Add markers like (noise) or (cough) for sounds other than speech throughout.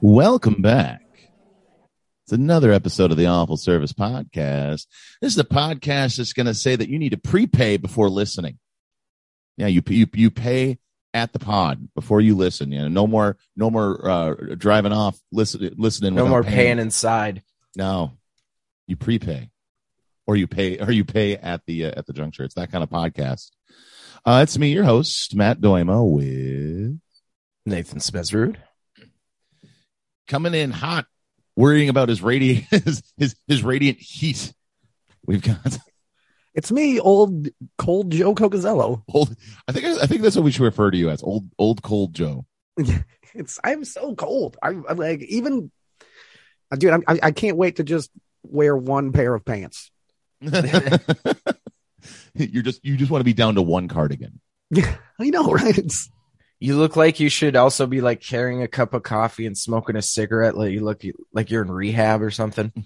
Welcome back. It's another episode of the Awful Service Podcast. This is a podcast that's going to say that you need to prepay before listening. Yeah, you you you pay at the pod before you listen. You know, no more no more uh, driving off listen, listening. No without more paying inside. No, you prepay, or you pay, or you pay at the uh, at the juncture. It's that kind of podcast. Uh, it's me, your host, Matt Doimo, with Nathan Spesrud. coming in hot, worrying about his radiant (laughs) his, his his radiant heat. We've got It's me, old cold Joe Cocazello. old. I think I think that's what we should refer to you as old old cold (laughs) Joe. It's I'm so cold. I'm, I'm like even, uh, dude. I'm, I I can't wait to just wear one pair of pants. You're just you just want to be down to one cardigan. I know, (laughs) right? It's, You look like you should also be like carrying a cup of coffee and smoking a cigarette. Like you look like you're in rehab or something. (laughs)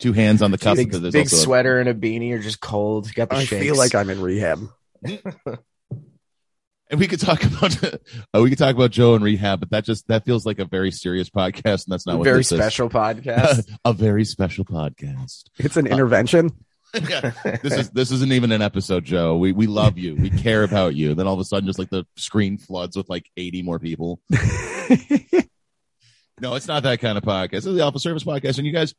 Two hands on the cup. big because there's big also a- sweater and a beanie. You're just cold. You got the I shakes. feel like I'm in rehab. and we could talk about (laughs) uh, we could talk about Joe and rehab, but that just that feels like a very serious podcast, and that's not a what very this is. special podcast. (laughs) a very special (laughs) podcast. It's an intervention. this is this isn't even an episode, Joe. We we love you. We care about you. Then all of a sudden, just like the screen floods with like eighty more people. No, it's not that kind of podcast. This is the Alpha Service Podcast, and you guys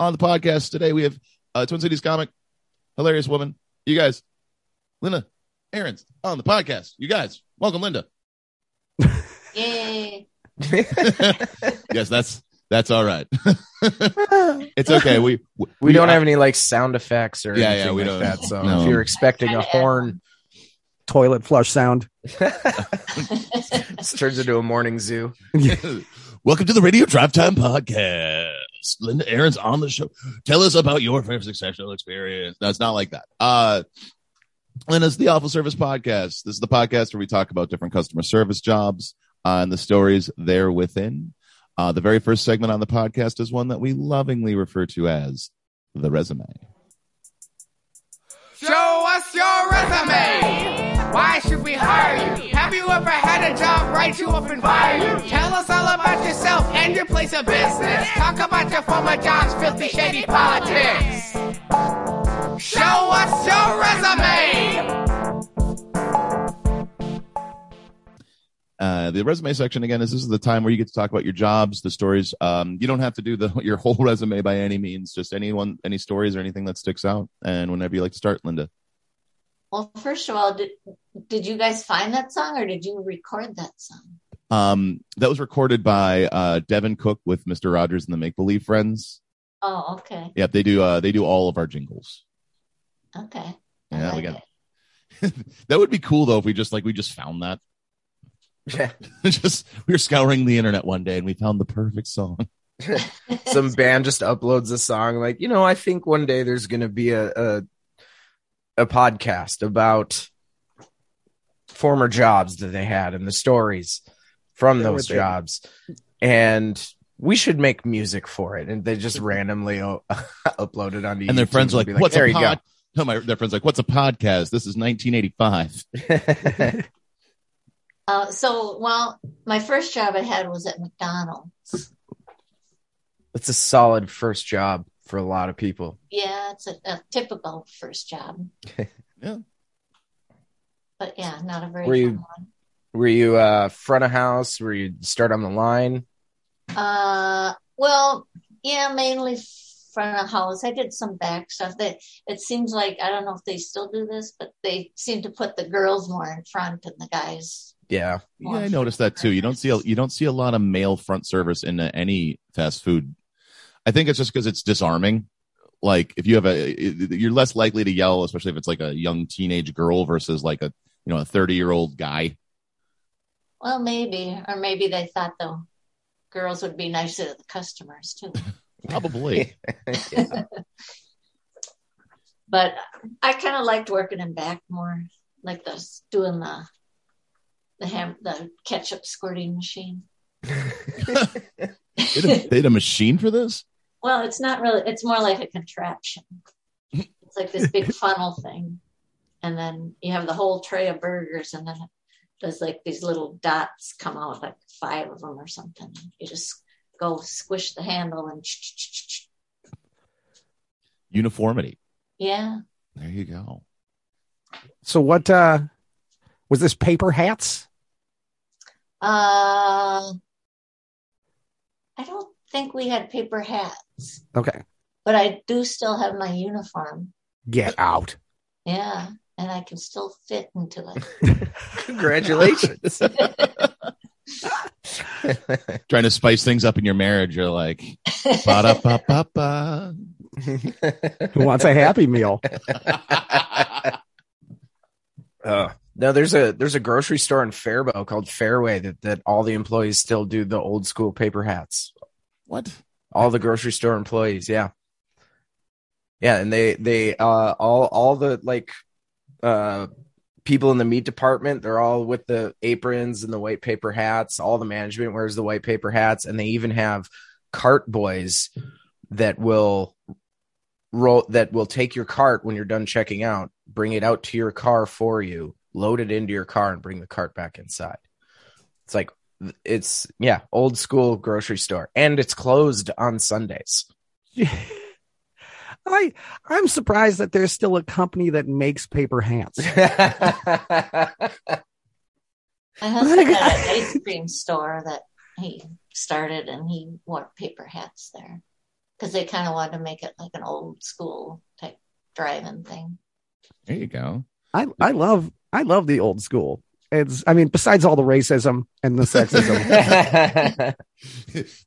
on the podcast today we have uh, Twin Cities comic, hilarious woman. You guys, Linda, Aaron's on the podcast. You guys, welcome, Linda. (laughs) Yay. yes, that's that's all right. (laughs) it's okay. We we, we don't have any like sound effects or Yeah, yeah, anything we like don't- that. So no. if you're expecting a horn, Toilet flush sound. this turns into a morning zoo. (laughs) (laughs) Welcome to the Radio Drive Time Podcast. Linda Aaron's on the show. Tell us about your favorite sexual experience. No, it's not like that. Uh, and it's the Awful Service Podcast. This is the podcast where we talk about different customer service jobs uh, and the stories there within. Uh, the very first segment on the podcast is one that we lovingly refer to as the resume. Show us your resume. Why should we hire you? Have you ever had a job write you up and fire you? Tell us all about yourself and your place of business. Talk about your former job's filthy, shady politics. Show us your resume. Uh, the resume section again is this is the time where you get to talk about your jobs, the stories. Um, you don't have to do the (laughs) your whole resume by any means, just anyone, any stories or anything that sticks out. And whenever you like to start, Linda. Well, first of all, did, did you guys find that song or did you record that song? Um, that was recorded by uh, Devin Cook with Mr. Rogers and the Make Believe Friends. Oh, okay. Yep, they do. Uh, they do all of our jingles. Okay. I Yeah, we like got. it. that would be cool though if we just like we just found that. (laughs) Yeah. just we were scouring the internet one day and we found the perfect song. (laughs) Some band just uploads a song like, you know, I think one day there's gonna be a a, a podcast about former jobs that they had and the stories from They were those there. jobs. And we should make music for it. And they just Mm-hmm. randomly o- (laughs) upload it onto YouTube. and their friends are like, be "What's there a you go. pod?" No, my their friends are like, "What's a podcast?" This is 1985. Uh, so, well, my first job I had was at McDonald's. (laughs) It's a solid first job for a lot of people. Yeah, it's a, a typical first job. (laughs) Yeah. But yeah, not a very Were you- fun one. Were you uh front of house? Were you start on the line? Uh, well, yeah, mainly front of house. I did some back stuff. That it seems like I don't know if they still do this, but they seem to put the girls more in front and the guys. Yeah. Yeah, I noticed that too. You don't see a, you don't see a lot of male front service in uh, any fast food. I think it's just because it's disarming. Like if you have a, you're less likely to yell, especially if it's like a young teenage girl versus like a you know a 30 year old guy. Well, maybe, or maybe they thought the girls would be nicer to the customers too. Probably. Yeah. But I kind of liked working in back more, like the doing the the ham the ketchup squirting machine. They had a- they had a machine for this? well, it's not really. It's more like a contraption. It's like this big funnel thing, and then you have the whole tray of burgers, and then it does like these little dots come out, like five of them or something. You just go squish the handle and Uniformity. yeah. There you go. So what uh was this paper hats? Uh, I don't think we had paper hats, Okay. but I do still have my uniform. Get out. Yeah, and I can still fit into it. Congratulations. (laughs) Trying to spice things up in your marriage. You're like, ba-da-ba-ba-ba. Who wants a happy meal? Uh, no, there's a there's a grocery store in Faribault called Fairway that that all the employees still do the old school paper hats. what? All the grocery store employees, yeah, yeah, and they they uh all all the like uh people in the meat department they're all with the aprons and the white paper hats. All the management wears the white paper hats, and they even have cart boys that will roll that will take your cart when you're done checking out, bring it out to your car for you, load it into your car, and bring the cart back inside. It's like it's yeah, old school grocery store, and it's closed on Sundays. I I'm surprised that there's still a company that makes paper hats. (laughs) My husband Like- had an ice cream store that he started, and he wore paper hats there because they kind of wanted to make it like an old school type drive-in thing. There you go. I I love I love the old school. It's I mean besides all the racism and the sexism.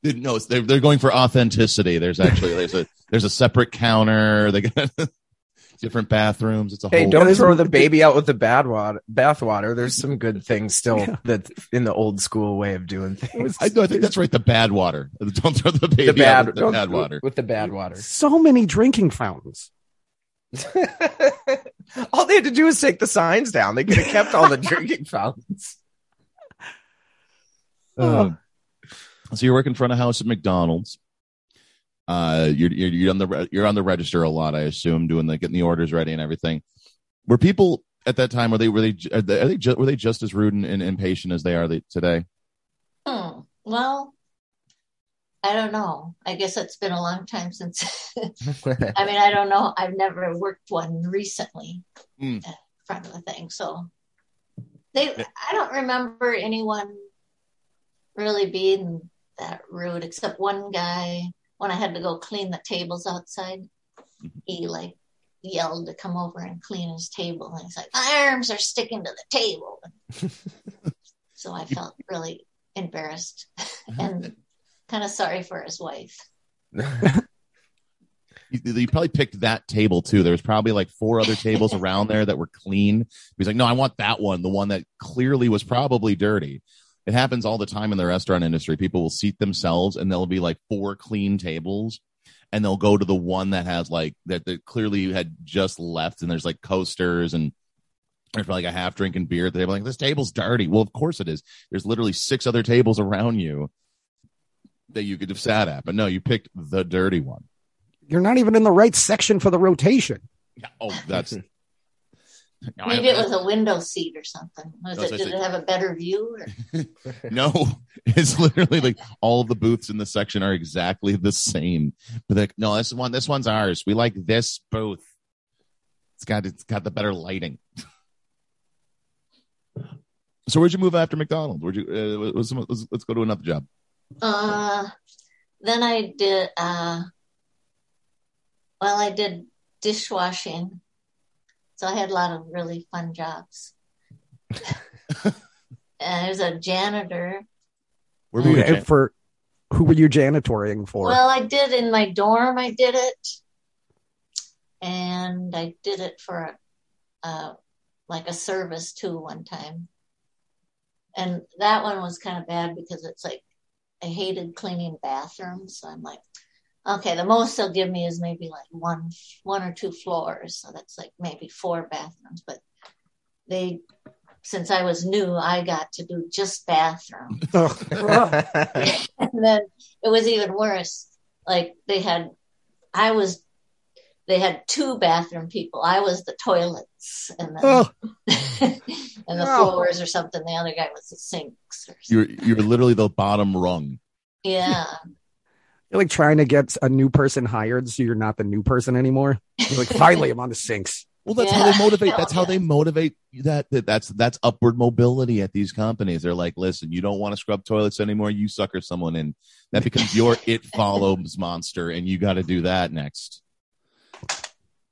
(laughs) (laughs) no, it's- they're, they're going for authenticity. There's actually there's a there's a separate counter. They got (laughs) different bathrooms. It's a hey, whole. don't throw the baby out with the bad water, bathwater. There's some good things still that's in the old school way of doing things. I, no, I think that's right. The bad water. (laughs) Don't throw the baby the bad, out with the don't- bad (laughs) water. with the bad water. so many drinking fountains. all they had to do was take the signs down. They could have kept all the drinking (laughs) fountains. Ah. Um, so you're working front of house at McDonald's. Uh, you're, you're you're on the re- you're on the register a lot, I assume, doing the getting the orders ready and everything. Were people at that time? Were they were they are they, are they ju- were they just as rude and, and impatient as they are they, today? Hmm. Well, I don't know. I guess it's been a long time since. (laughs) I mean, I don't know. I've never worked one recently Hmm. in front of the thing, so they. I don't remember anyone really being that rude, except one guy when I had to go clean the tables outside. He like yelled to come over and clean his table, and he's like, "My arms are sticking to the table," so I felt really (laughs) embarrassed and kind of sorry for his wife. You, you probably picked that table too. There was probably like four other tables around there that were clean. He's like, no, I want that one, the one that clearly was probably dirty. It happens all the time in the restaurant industry. People will seat themselves and there'll be like four clean tables and they'll go to the one that has like that, that clearly had just left and there's like coasters and there's like a half drinking beer at the table. Like, this table's dirty. Well, of course it is. There's literally six other tables around you that you could have sat at, but no, you picked the dirty one. You're not even in the right section for the rotation. Yeah. Oh, that's. (laughs) No, I- Maybe it was a window seat or something. Was That's it? what I Did it have a better view? (laughs) Or, no, (laughs) it's literally like all the booths in the section are exactly the same. But like, no, this one, this one's ours. We like this booth. It's got it's got the better lighting. So where'd you move after McDonald's? Where'd you? Uh, let's, let's, let's go to another job. uh, then I did. Uh, well, I did dishwashing, so I had a lot of really fun jobs. (laughs) and I was a janitor. Where were you? Okay, for who were you janitoring for? Well, I did in my dorm. I did it, and I did it for a, uh, like a service too one time. And that one was kind of bad because it's like I hated cleaning bathrooms, so I'm like, okay, the most they'll give me is maybe like one one or two floors, so that's like maybe four bathrooms, but they since I was new, I got to do just bathroom. yeah. and then it was even worse. Like they had, I was, they had two bathroom people. I was the toilets and the, Oh, (laughs) and the No. floors or something. The other guy was the sinks. Or something. You're you're literally the bottom rung. Yeah. you're like trying to get a new person hired, so you're not the new person anymore. You're like, finally, I'm on the sinks. Well, that's how Yeah. they motivate. That's how Yeah. they motivate that, that. That's that's upward mobility at these companies. They're like, listen, you don't want to scrub toilets anymore. You sucker someone in. That becomes (laughs) your it follows monster, and you got to do that next. You- I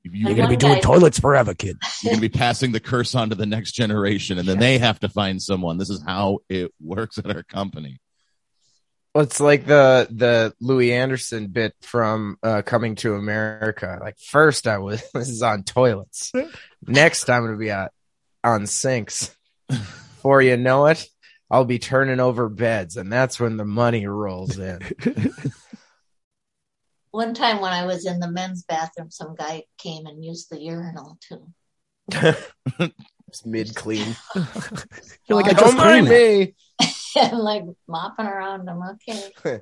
You're You're gonna gonna be be One doing guy- toilets forever, kid. you're gonna be passing the curse on to the next generation, and then they have to find someone. This is how it works at our company. Well, it's like the the Louis Anderson bit from uh, Coming to America. Like first I was (laughs) this is on toilets. Next I'm gonna be on, on sinks. Before you know it, I'll be turning over beds, and that's when the money rolls (laughs) in. One time when I was in the men's bathroom, some guy came and used the urinal too. It's mid clean. You're like, I (laughs) Well, just Don't mind cleaned that. me. and like mopping around him. Okay.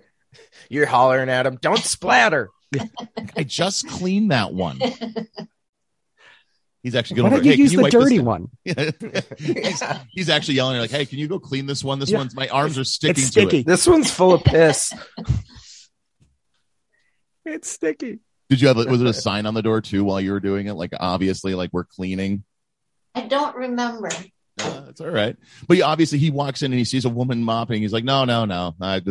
You're hollering at him. Don't splatter. I just cleaned that (laughs) one. He's actually Why going. don't you use the dirty one? he's, he's actually yelling like, "Hey, can you go clean this one? This Yeah. one's my arms are sticking It's to it." sticky. This one's full of piss. It's sticky. Did you have? a- Was it (laughs) a sign on the door too while you were doing it? Like obviously, like we're cleaning. I don't remember. Uh, it's all right, but yeah, obviously he walks in and he sees a woman mopping. He's like, "No, no, no, I,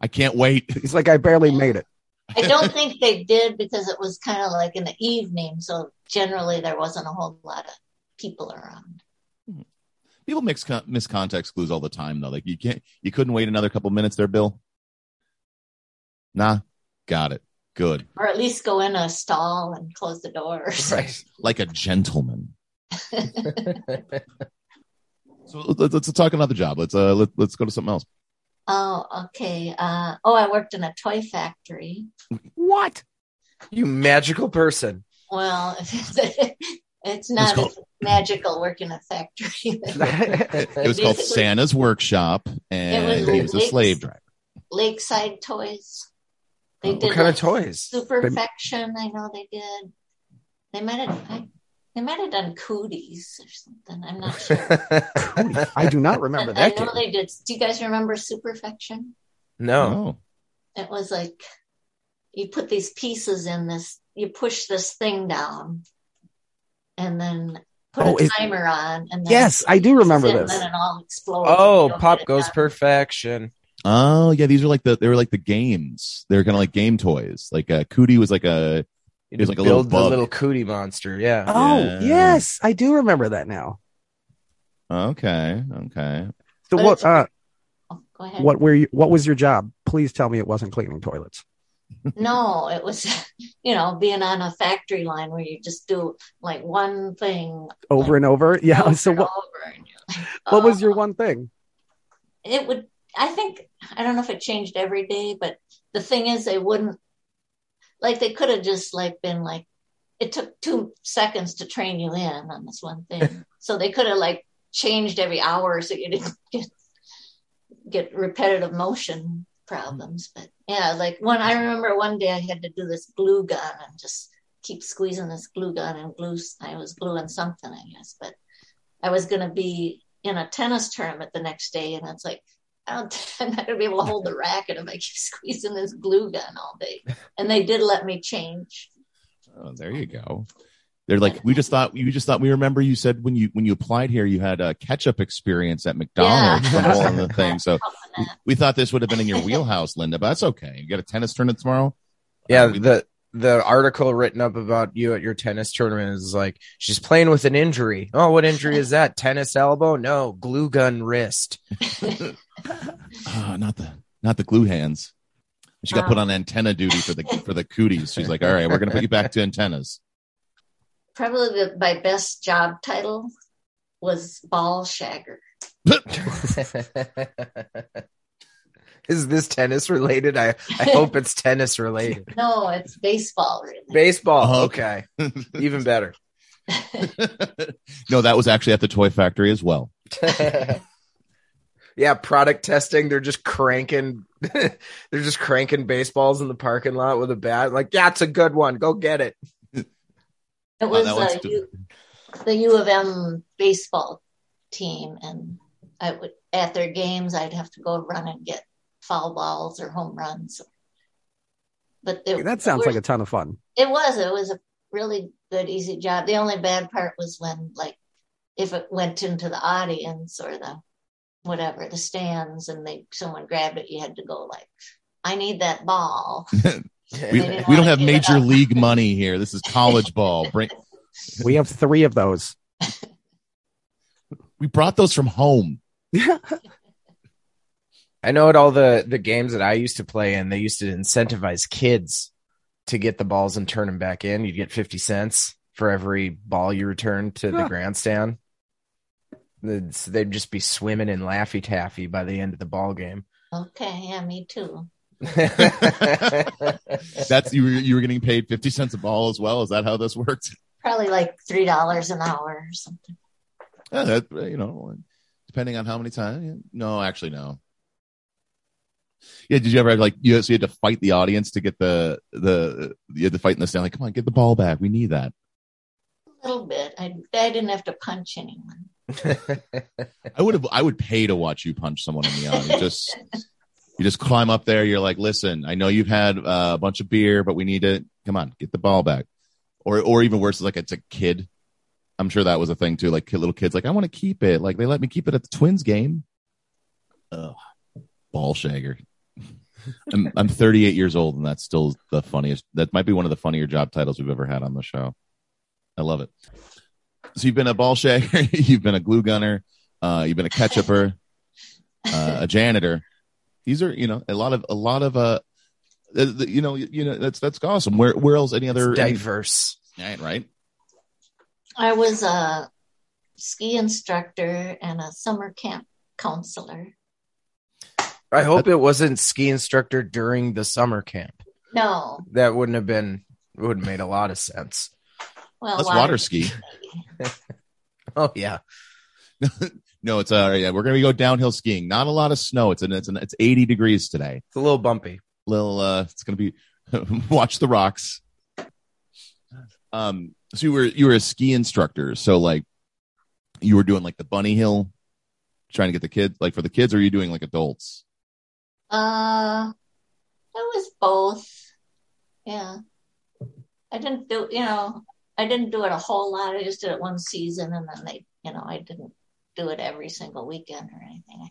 I can't wait." (laughs) He's like, I barely made it. (laughs) I don't think they did because it was kind of like in the evening. So generally there wasn't a whole lot of people around. People mix con- miss context clues all the time though. Like you can't, you couldn't wait another couple minutes there, Bill. Nah, got it. Good, Or at least go in a stall and close the doors. (laughs) Right. like a gentleman. So let's, let's talk another job. Let's uh, let, let's go to something else. Oh, okay. Uh, oh, I worked in a toy factory. What? you magical person. Well, (laughs) it's not called- as magical working in a factory. It was called Basically- Santa's Workshop, was and a he was a mix. slave driver. (laughs) Lakeside Toys. They What did What kind like, of toys? Superfection, I know they did. They might have I, they might have done cooties or something. I'm not sure. I do not remember But I that know game. they did. Do you guys remember Superfection? (laughs) (laughs) no. Oh, It was like you put these pieces in this, you push this thing down, and then put Oh, a it- timer on. And then Yes, I do remember and this. Then it all explodes. You Oh, don't pop get it goes done. perfection. oh yeah. These are like the they were like the games. They were kind of like game toys. Like uh, Cootie was like a You It was just like a little build bug. the little cootie monster. Yeah. Oh, Yeah. yes, I do remember that now. okay, okay. So But what? it's- Uh, Oh, go ahead. what were you? What was your job? Please tell me it wasn't cleaning toilets. No, it was, (laughs) you know, being on a factory line where you just do like one thing Over and (laughs) over. Yeah. over so and what? over. And you're like, What was oh. your one thing? it would i think i don't know if it changed every day but the thing is they wouldn't like they could have just like been like it took two seconds to train you in on this one thing so they could have like changed every hour so you didn't (laughs) get get repetitive motion problems but yeah like one i remember one day i had to do this glue gun and just keep squeezing this glue gun and glue i was gluing something i guess but i was going to be in a tennis tournament the next day and it's like I don't, (laughs) I'm not gonna be able to hold the racket if I keep (laughs) squeezing this glue gun all day. And they did let me change. Oh, there you go. They're like, we just thought you just thought we remember you said when you when you applied here you had a ketchup experience at McDonald's Yeah. from all of the things. So Helping we, that. we thought this would have been in your wheelhouse, Linda, but that's okay. You got a tennis tournament tomorrow. Yeah. we- The the article written up about you at your tennis tournament is like she's playing with an injury. Oh, what injury is that? Tennis elbow? No, glue (laughs) gun wrist. Ah, not the not the glue hands. She got Oh. put on antenna duty for the for the cooties. She's like, all right, we're gonna put you back to antennas. (laughs) Probably the, my best job title was ball shagger. is this tennis related? I I (laughs) hope it's tennis related. No, it's baseball really. Baseball. Oh, (laughs) Okay. Even better. no, that was actually at the toy factory as well. yeah, product testing. They're just cranking. (laughs) they're just cranking baseballs in the parking lot with a bat. Like, yeah, it's a good one. Go get it. It Oh, was that one's uh, too- U, the U of M baseball team, and I would at their games I'd have to go run and get foul balls or home runs. But they, That sounds we're- like a ton of fun. it was it was a really good easy job. The only bad part was when like if it went into the audience or the whatever the stands and they someone grabbed it, you had to go like, I need that ball. (laughs) We, we didn't don't wanna have give it major up. league money here. This is college ball. Bring, We have three of (laughs) those. we brought those from home. I know at all the the games that I used to play in, they used to incentivize kids to get the balls and turn them back in. You'd get fifty cents for every ball you returned to the Huh. grandstand. They'd- so they'd just be swimming in laffy taffy by the end of the (laughs) ball game. Okay, yeah, me too. That's you were, you were getting paid 50 cents a ball as well. Is that how this works? Probably like three dollars an hour or something. Yeah, that, you know, depending on how many times. No, actually, no. Yeah, did you ever have like you? So you had to fight the audience to get the the you had to fight in the stand. Like, come on, get the ball back. We need that. A little bit. I I didn't have to punch anyone. I would have. I would pay to watch you punch someone in the audience. Just you just climb up there. You're like, listen, I know you've had uh, a bunch of beer, but we need to come on, get the ball back. Or, or even worse, like it's a kid. I'm sure that was a thing too. Like kid- little kids, like I want to keep it. Like they let me keep it at the Twins game. Ugh, ball shagger. I'm, I'm 38 years old, and that's still the funniest. That might be one of the funnier job titles we've ever had on the show. I love it. So you've been a ball shagger, (laughs) you've been a glue gunner, uh, you've been a ketchuper, uh, a janitor. These are, you know, a lot of a lot of uh, uh, the- you know, you, you know, that's that's awesome. Where where else any other It's diverse. right? right? I was a ski instructor and a summer camp counselor. I hope it wasn't ski instructor during the summer camp. No, That wouldn't have been would have made a lot of sense. well, Let's water- water ski. Oh yeah. No, it's uh, yeah, we're gonna go downhill skiing. Not a lot of snow. It's an it's an it's 80 degrees today. It's a little bumpy. Little uh, it's gonna be (laughs) watch the rocks. Um, so you were you were a ski instructor, so like you were doing like the bunny hill, trying to get the kids like for the kids, or are you doing like adults? Uh, it was both. Yeah. I didn't do, you know, I didn't do it a whole lot. I just did it one season and then they, you know, I didn't do it every single weekend or anything.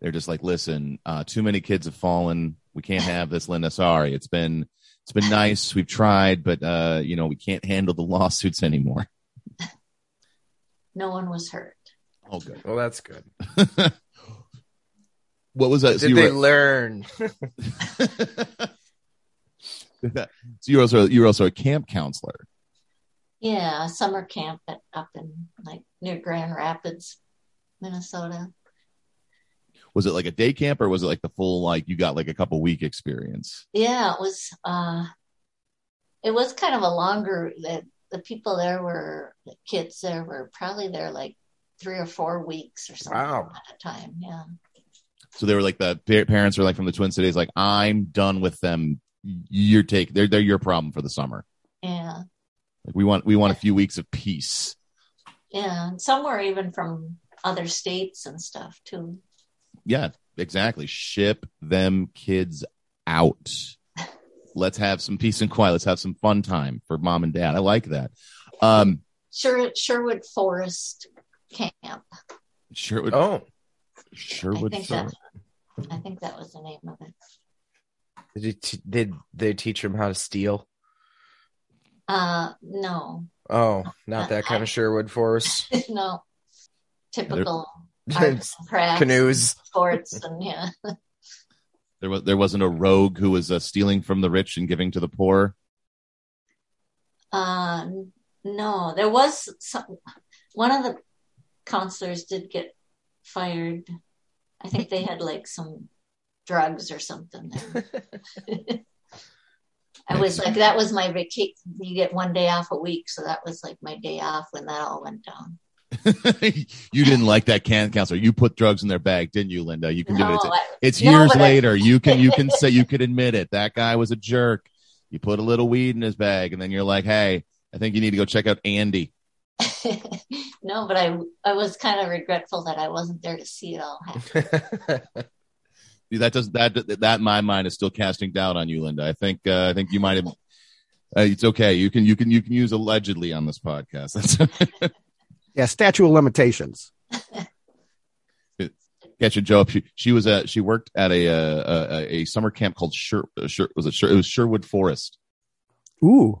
they're just like, listen, uh, too many kids have fallen. We can't have this, Linda. Sorry, it's been it's been nice. We've tried, but uh, you know we can't handle the (laughs) lawsuits anymore. No one was hurt. Oh, good. Well, that's good. (laughs) What was that? Did So you, were, they learn? so you were also you were also a camp counselor. Yeah, summer camp at, up in like near Grand Rapids, Minnesota. Was it like a day camp or was it like the full like you got like a couple week experience? Yeah, it was uh it was kind of a longer that the people there were the kids there were probably there like three or four weeks or something Wow. at a time. Yeah. So they were like the pa- parents were like from the Twin Cities, like I'm done with them. You're take they're they're your problem for the summer. Yeah. Like we want we want a few weeks of peace. Yeah. And some were even from other states and stuff too. Yeah, exactly. Ship them kids out. Let's have some peace and quiet. Let's have some fun time for mom and dad. I like that. Um, Sher- Sherwood Forest Camp. Sherwood, Oh, Sherwood. I think Fir- I think that was the name of it. did, he t- did they teach him how to steal? Uh no. (laughs) Oh, not that kind of Sherwood (laughs) Forest no. Typical arts It's and (laughs) crafts, canoes. (laughs) sports and yeah. There was there wasn't a rogue who was uh, stealing from the rich and giving to the poor. (laughs) Uh, no, there was some, one of the counselors did get fired. (laughs) I think they had like some drugs or something. There. I was like, that was my vacation. You get one day off a week, so that was like my day off when that all went down. you didn't like that can counselor. You put drugs in their bag, didn't you, Linda? You can do it. No, I- It's, it's No, years but I- later. you can you can say you could admit it. That guy was a jerk. You put a little weed in his bag, and then you're like, hey, I think you need to go check out Andy. no, but I (laughs) I was kind of regretful that I wasn't there to see it all happen. Dude, that does that that in my mind is still casting doubt on you, Linda. I think uh, I think you might have. Uh, it's okay. You can you can you can use allegedly on this podcast. That's Yeah, statute of limitations. catching Joe up. She, she was a she worked at a uh, a, a summer camp called Sher, Sher was it Sher, it was Sherwood Forest. Ooh,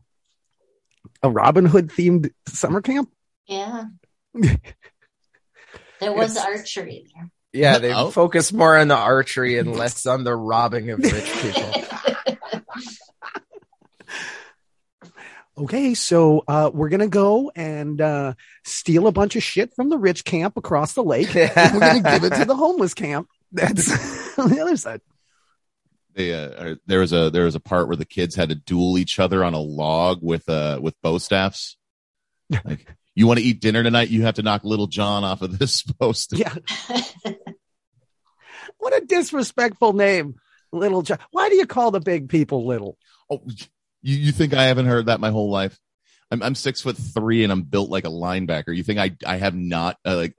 a Robin Hood themed summer camp. (laughs) Yeah. There was archery there. yeah, they Oh. focus more on the archery and less on the robbing of rich people. Okay, so uh, we're gonna go and uh, steal a bunch of shit from the rich camp across the lake. and (laughs) we're gonna give it to (laughs) the homeless camp. That's (laughs) on the other side. They uh, are- there was a there was a part where the kids had to duel each other on a log with uh with bow staffs. Like you want to eat dinner tonight, you have to knock Little John off of this (laughs) post. Yeah. What a disrespectful name, Little John. Why do you call the big people little? Oh, you, you think I haven't heard that my whole life? I'm I'm six foot three and I'm built like a linebacker. You think I I have not uh, like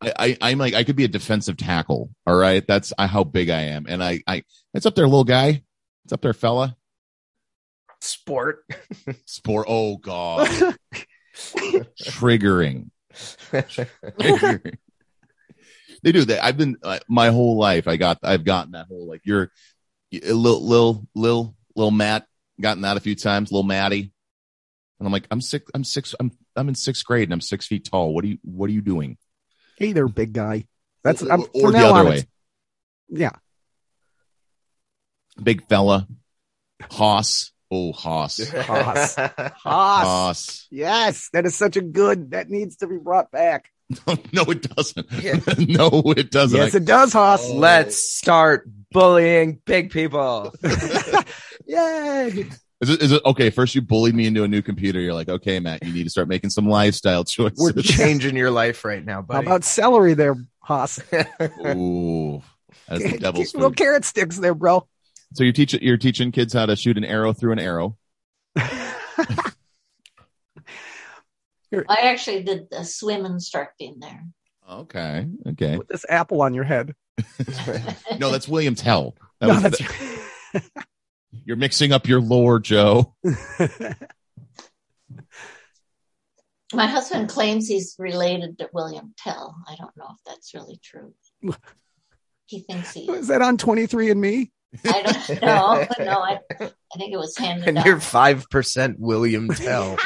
I, I I'm like I could be a defensive tackle. All right, that's uh, how big I am, and I I it's up there, little guy. It's up there, fella. Sport. Sport. Oh (laughs) god, triggering. (laughs) they do that. I've been uh, my whole life. I got I've gotten that whole like you're little lil lil lil Matt gotten that a few times. Lil Matty, and I'm like I'm six I'm six I'm I'm in sixth grade and I'm six feet tall. What are you What are you doing? (laughs) hey there, big guy. That's or, I'm, or from the now other on, way, it's- Yeah. big fella, hoss. Oh (laughs) hoss, Hoss. hoss. (laughs) Yes, that is such a good. That needs to be brought back. no, it doesn't. Yeah. (laughs) no, it Oh. doesn't. yes, it does, Haas. Let's start bullying big people. (laughs) Yay! Is it, is it okay? First, you bullied me into a new computer. You're like, okay, Matt, you need to start making some lifestyle (laughs) choices. We're changing your life right now, How buddy. about celery there, Haas? Ooh, that's (laughs) the devil's Little food. carrot sticks there, bro. So you're teaching you're teaching kids how to shoot an arrow through an arrow. I actually did the swim instructing there. Okay, okay. Put this apple on your head. No, that's William Tell. That (laughs) No, was- that's- you're mixing up your lore, Joe. (laughs) My husband Hmm. claims he's related to William Tell. I don't know if that's really (laughs) true. He thinks he is is. that on 23 and Me? (laughs) I don't know. No, I, I think it was handed and down. (laughs) you're five percent William (laughs) Tell.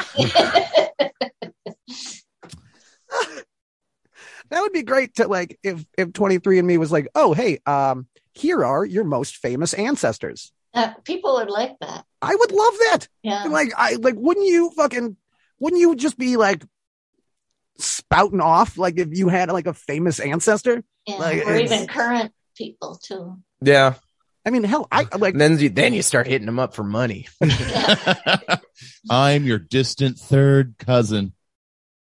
That would be great to like if if 23 and Me was like, oh hey, um, here are your most famous ancestors. Uh, people would like that. I would love that. Yeah. And, like I like wouldn't you fucking wouldn't you just be like spouting off like if you had like a famous ancestor? yeah. like, or it's- even current people, (laughs) too. yeah. I mean, hell, (sighs) I like And then you, then you start hitting them up for money. (laughs) I'm your distant third cousin.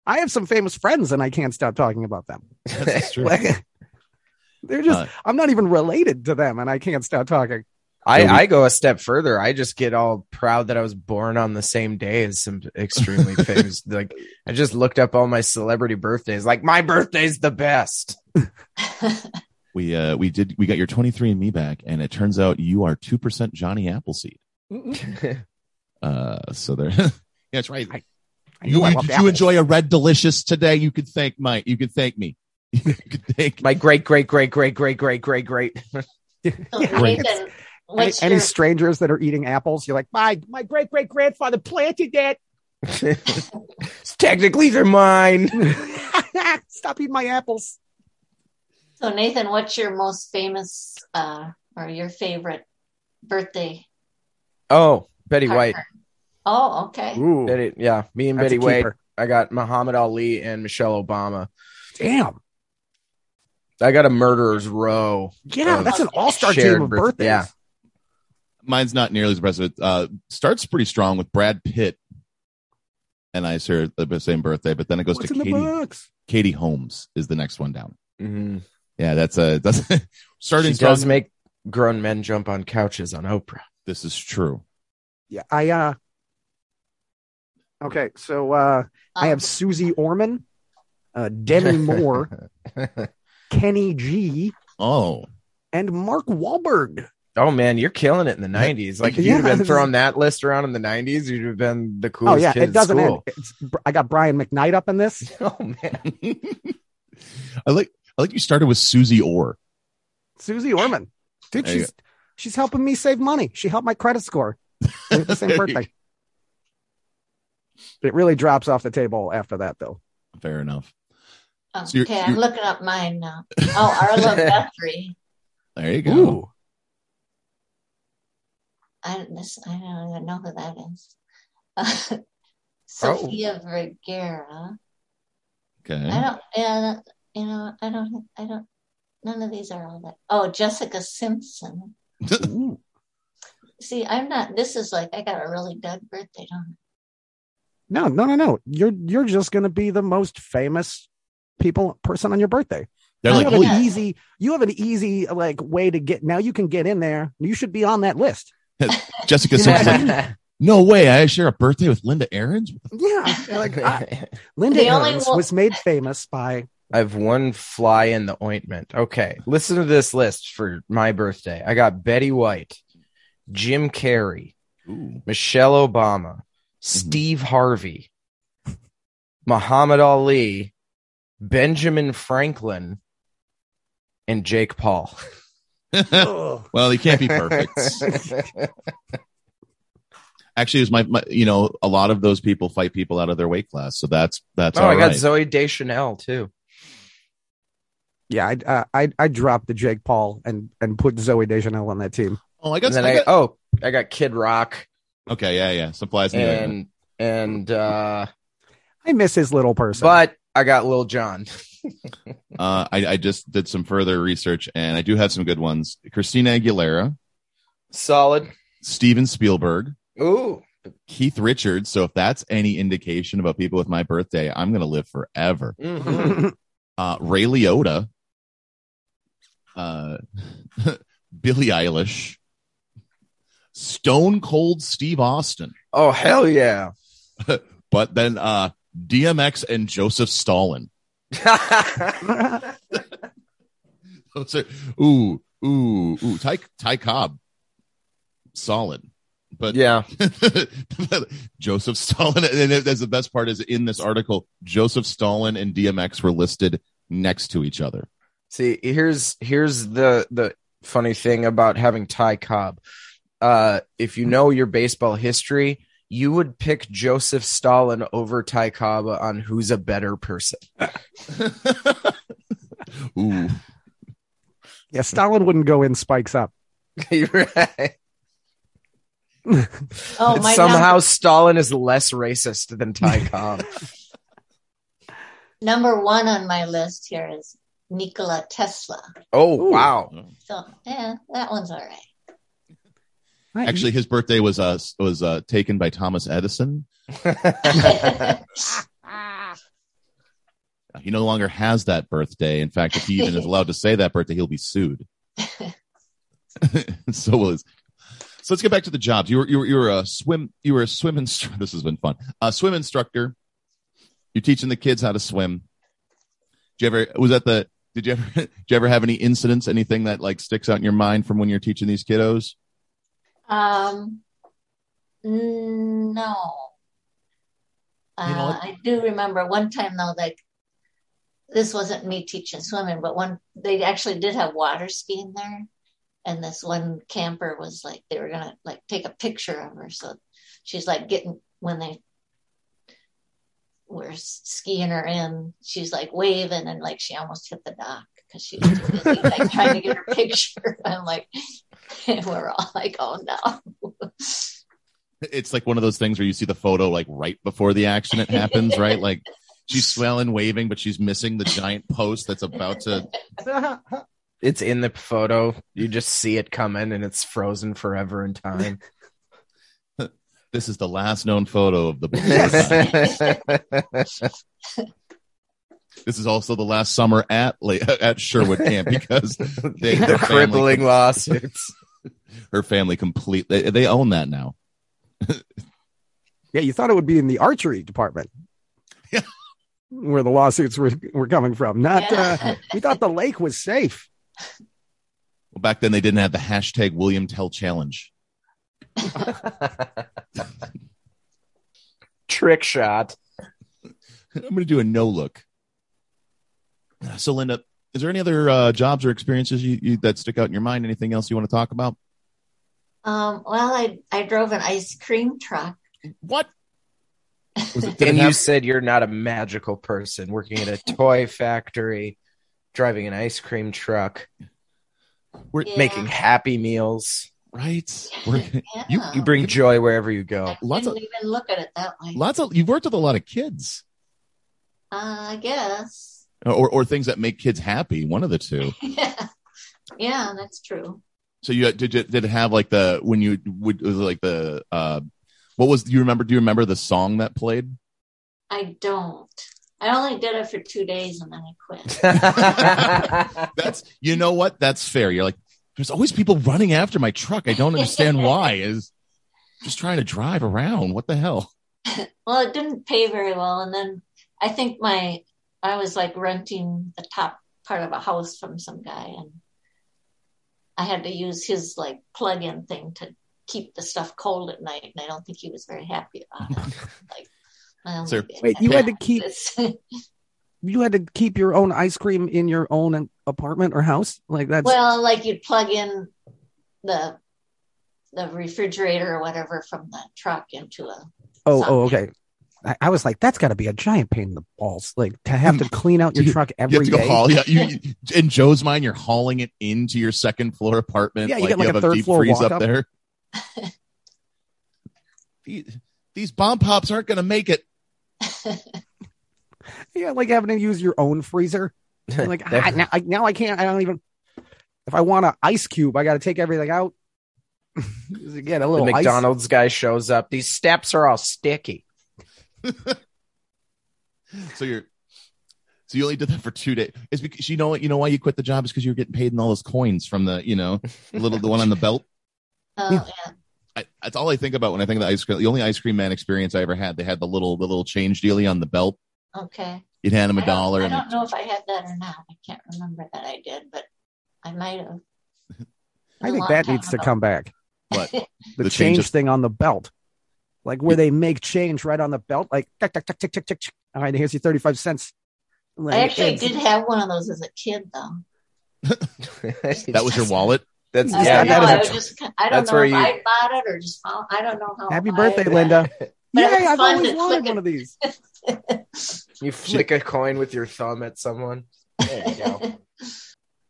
I have some famous friends and I can't stop talking about them. That's true. Like, (laughs) they're just Uh, I'm not even related to them and I can't stop talking. I, Yeah, we- I go a step further. I just get all proud that I was born on the same day as some (laughs) extremely famous. Like I just looked up all my celebrity birthdays. Like my birthday's the (laughs) best. we uh we did we got your 23andMe back, and it turns out you are two percent Johnny Appleseed. Uh, so there. (laughs) yeah, that's right. I You, know I you, love did you apples. enjoy a red delicious today? You could thank Mike. You could thank me. (laughs) You could thank my great great great great great great great great. So Yeah. Nathan, any, what's any your- strangers that are eating apples, you're like, my my great great grandfather planted that. (laughs) Technically, they're mine. (laughs) Stop eating my apples. so Nathan, what's your most famous uh, or your favorite birthday? Oh, Betty (laughs) White. partner? Oh, okay. Ooh, Betty, yeah, me and that's Betty a White. keeper. I got Muhammad Ali and Michelle Obama. Damn. I got a murderer's row. Yeah, Oh, Uh, that's an all star shared team of birth- birthdays. yeah. mine's not nearly as impressive. It uh, starts pretty strong with Brad Pitt and I share the same birthday, but then it goes What's to in the Katie. box? Katie Holmes is the next one down. Mhm. Yeah, that's a (laughs) that's starting She strong. does make grown men jump on couches on Oprah. this is true. Yeah, I uh Okay, so uh I Ah. have Susie Orman, uh Demi Moore, (laughs) Kenny G, Oh, and Mark Wahlberg. oh man, you're killing it in the '90s. Like if you'd have Yeah. been throwing that list around in the '90s, you'd have been the coolest oh yeah, kid it doesn't in end. school. It's, I got Brian McKnight up in this. (laughs) Oh (laughs) man, I like I like you started with Susie Orr. Susie Orman. Dude, There you she's she's helping me save money. She helped my credit (laughs) score. We have the same There you birthday. It really drops off the table after that though. Fair enough. Um, so you're- okay, I'm you're- looking up mine now. Oh, (laughs) Arlo Guthrie. There you go. Ooh. I don't, this, I don't even know who that is. (laughs) Oh. Uh, Sophia Vergara. I Okay. don't. Yeah, you know, I don't. I don't. None of these are all that. Oh, Jessica Simpson. Ooh. See, I'm not. This is like I got a really dud birthday, don't No, no, no, no. You're you're just gonna be the most famous people person on your birthday. (laughs) They're I like, you have don't holy, know. an easy you have an easy like way to get now you can get in there. You should be on that list. (laughs) Jessica Simpson. like, no way. I share a birthday with Linda Ahrens. Yeah. I? (laughs) (laughs) Like I- Linda The only Ahrens one- was made famous by (laughs) I have one fly in the ointment. Okay. Listen to this list for my birthday. I got Betty White, Jim Carrey, Ooh. Michelle Obama, Mm-hmm. Steve Harvey, Muhammad Ali, Benjamin Franklin, and Jake Paul. (laughs) Ugh. (laughs) Well, he can't be perfect. Oh, Actually, it was my, my you know a lot of those people fight people out of their weight class, so that's that's oh, all I got right. Zoe Deschanel too. Yeah, I, uh, I I dropped the Jake Paul and and put Zoe Deschanel on that team. oh, I And got, then I I, got- oh, I got Kid Rock okay, yeah, yeah, supplies and and and uh I miss his little person. but I got Lil John. uh, I, I just did some further research, and I do have some good ones. Christina Aguilera, Solid. Steven Spielberg, Ooh. Keith Richards. So if that's any indication about people with my birthday, I'm gonna live forever. Mhm. I Uh, Ray Liotta, uh, (laughs) Billie Eilish, Stone Cold Steve Austin. Oh hell yeah! but then uh DMX and Joseph Stalin. (laughs) Those are ooh, ooh, ooh, Ty Ty Cobb. Solid. But (laughs) yeah, Joseph Stalin, and it- that's the best part is in this article, Joseph Stalin and DMX were listed next to each other. see, here's here's the the funny thing about having Ty Cobb. Uh, if you know your baseball history, you would pick Joseph Stalin over Ty Cobb on who's a better person. (laughs) Ooh. (laughs) yeah, Stalin wouldn't go in spikes up. You're right. I? Oh, my Somehow Stalin is less racist than Ty Cobb. number, number one on my list here is Nikola Tesla. oh Ooh. wow! So yeah, that one's all right. Right, (laughs) Actually, his birthday was uh was uh taken by Thomas Edison. (laughs) (laughs) He no longer has that birthday. In fact, if he even is allowed to say that birthday, he'll be sued. (laughs) so will his. So let's get back to the jobs. You were you were you were a swim you were a swim instructor. (laughs) This has been fun. A swim instructor. You're teaching the kids how to swim. Did you ever was that the did you ever (laughs) did you ever have any incidents anything that like sticks out in your mind from when you're teaching these kiddos? Um, no. You know Uh, I do remember one time though, like this wasn't me teaching swimming, but one they actually did have water skiing there, and this one camper was like they were gonna like take a picture of her, so she's like getting when they were skiing her in, she's like waving and like she almost hit the dock because she was too busy, like trying to get her picture. I'm like, (laughs) and we're all like, oh no. It's like one of those things where you see the photo like right before the accident happens, right? Like she's swelling, waving, but she's missing the giant post that's about to It's in the photo. You just see it coming and it's frozen forever in time. This is the last known photo of the (laughs) before time. this is also the last summer at La- at Sherwood Camp (laughs) because they, the her, family, crippling lawsuits. her family completely they, they own that now. Yeah, you thought it would be in the archery department. Yeah. (laughs) Where the lawsuits were, were coming from. Not Yeah. uh, we thought the lake was safe. (laughs) Well, back then they didn't have the hashtag William Tell Challenge. Trick shot. I'm going to do a no look. So, Linda, is there any other uh, jobs or experiences you, you that stick out in your mind? Anything else you want to talk about? Um, well, I, I drove an ice cream truck. What? Was it, did And it you have- said you're not a magical person working at a toy factory, driving an ice cream truck, We're- Yeah. making happy meals. right? (laughs) We're- Yeah. You- You bring joy wherever you go. I lots didn't even look at it that way. lots of you've worked with a lot of kids, Uh, I guess. (laughs) or or things that make kids happy. One of the two. yeah. yeah, that's true. So you did you, did it have like the when you would was it like the uh what was do you remember? Do you remember the song that (laughs) played? I don't. I only did it for two days and then I quit. That's you know what? That's fair. You're like there's always people running after my truck. I don't understand why. Is just trying to drive around. What the hell? Well, it didn't pay very well. And then I think my, I was like renting the top part of a house from some guy and I had to use his like plug in thing to keep the stuff cold at night. And I don't think he was very happy about it. like, I don't So- think Wait, you had to keep (laughs) this. you had to keep your own ice cream in your own apartment or house? Like that's well, like you'd plug in the, the refrigerator or whatever from the truck into a oh oh okay. I, I was like, that's got to be a giant pain in the balls. Like to have to clean out your (laughs) You- truck You every have to go day. haul. Yeah, you, you- in Joe's mind, you're hauling it into your second floor apartment. Yeah, you got like a have third deep floor freeze walk up up. there. (laughs) these, these bomb pops aren't going to make it. Yeah, like having to use your own freezer. Like (laughs) ah, now, I, now I can't. I don't even. If I want an ice cube, I got to take everything out. (laughs) Get a the little ice. McDonald's guy shows up. These steps are all sticky. So you're. So you only did that for two days. It's because you know what? You know why you quit the job is because you were getting paid in all those coins from the you know little the one on the belt. Oh, I, that's all I think about when I think of the ice cream. The only ice cream man experience I ever had, they had the little the little change dealie on the belt. yeah. Okay. You'd hand him I a don't- dollar, I and don't know if I had that or not. I can't remember that I did, but I might have. I think that needs to come back. What? The, The change change of- thing on the belt, like where they make change right on the belt, like tick tick tick tick tick tick. tick. All right, here's your thirty five cents. Like, (laughs) I actually it's- did have one of those as a kid, though. that (laughs) was your wallet. That's Just yeah. I, that know, is I a was just, I don't that's know where if you- I bought it or just found. I don't know how. Happy I- birthday, Linda. (laughs) But it was Yay, I've fun always to wanted click one of these. (laughs) You flick a coin with your thumb at someone. There you go.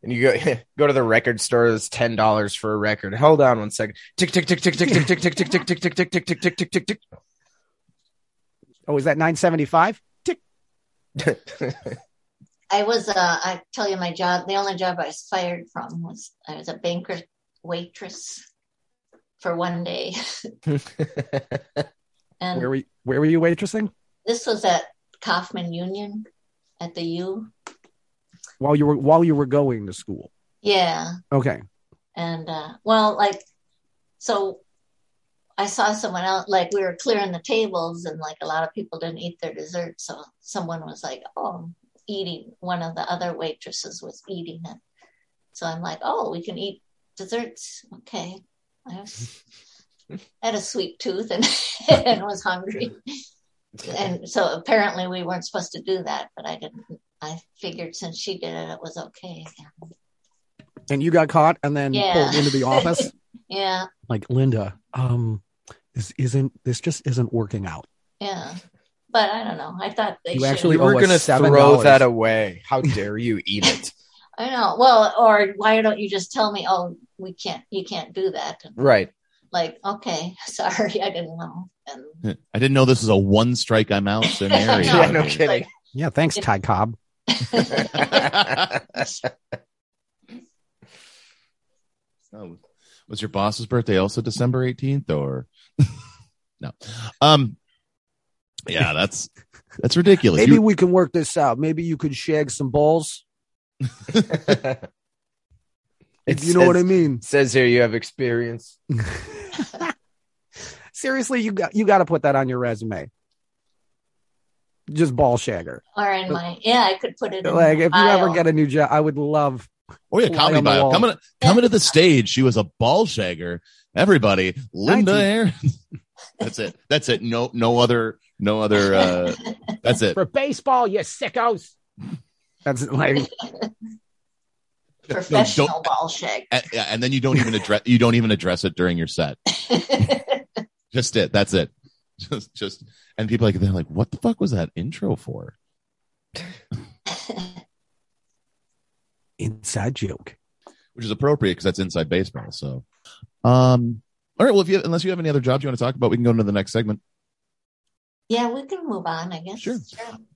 and you go (laughs) go to the record store. It's ten dollars for a record. Hold on one second. Tick tick tick tick tick tick tick tick tick tick tick tick tick tick tick tick tick tick tick. Oh, is that nine seventy five? I was. Uh, I tell you, my job. The only job I was fired from was I was a banker waitress for one day, (laughs) and Where were you, where were you waitressing this was at Kaufman Union at the U. while you were while you were going to school? Yeah. Okay, and uh, well like so i saw someone else like we were clearing the tables and like a lot of people didn't eat their dessert so someone was like oh eating one of the other waitresses was eating it so i'm like oh we can eat desserts okay i was I had a sweet tooth and, (laughs) and was hungry and so apparently we weren't supposed to do that but i didn't i figured since she did it it was okay and you got caught and then Yeah. pulled into (laughs) the office. yeah like Linda, um, this isn't this just isn't working out. Yeah. But I don't know. I thought they You should. actually- You were owe us gonna $7. throw that away. How dare you eat it? I know. Well, or why don't you just tell me, oh, we can't, you can't do that. And Right. like, okay, (laughs) sorry, I didn't know. And I didn't know this was a one strike. I'm out scenario. Yeah, no kidding. Yeah, thanks, Ty Cobb. (laughs) Was your boss's birthday also December 18th or (laughs) no? Um, yeah, that's that's ridiculous. Maybe You- we can work this out. Maybe you could shag some balls. It If you know what I says- mean. Says here you have experience. Seriously, you got you got to put that on your resume. Just ball shagger. Or in my yeah, I could put it in Like if you my ever bio. get a new job, I would love. or oh, yeah, Fly comedy on the bio wall. coming coming to the stage. She was a ball shagger. Everybody, Linda 19. Aaron. (laughs) that's it. That's it. No, no other, no other. uh That's (laughs) it. For baseball, you sickos. That's (laughs) like professional don't- ball shag. And, yeah, and then you don't even address you don't even address it during your set. Just it. That's it. (laughs) Just just and people like they're like, what the fuck was that intro for? inside joke. Which is appropriate because that's inside baseball. So, um, all right. Well, if you unless you have any other jobs you want to talk about, we can go into the next segment. (laughs) yeah, we can move on, I guess. Sure.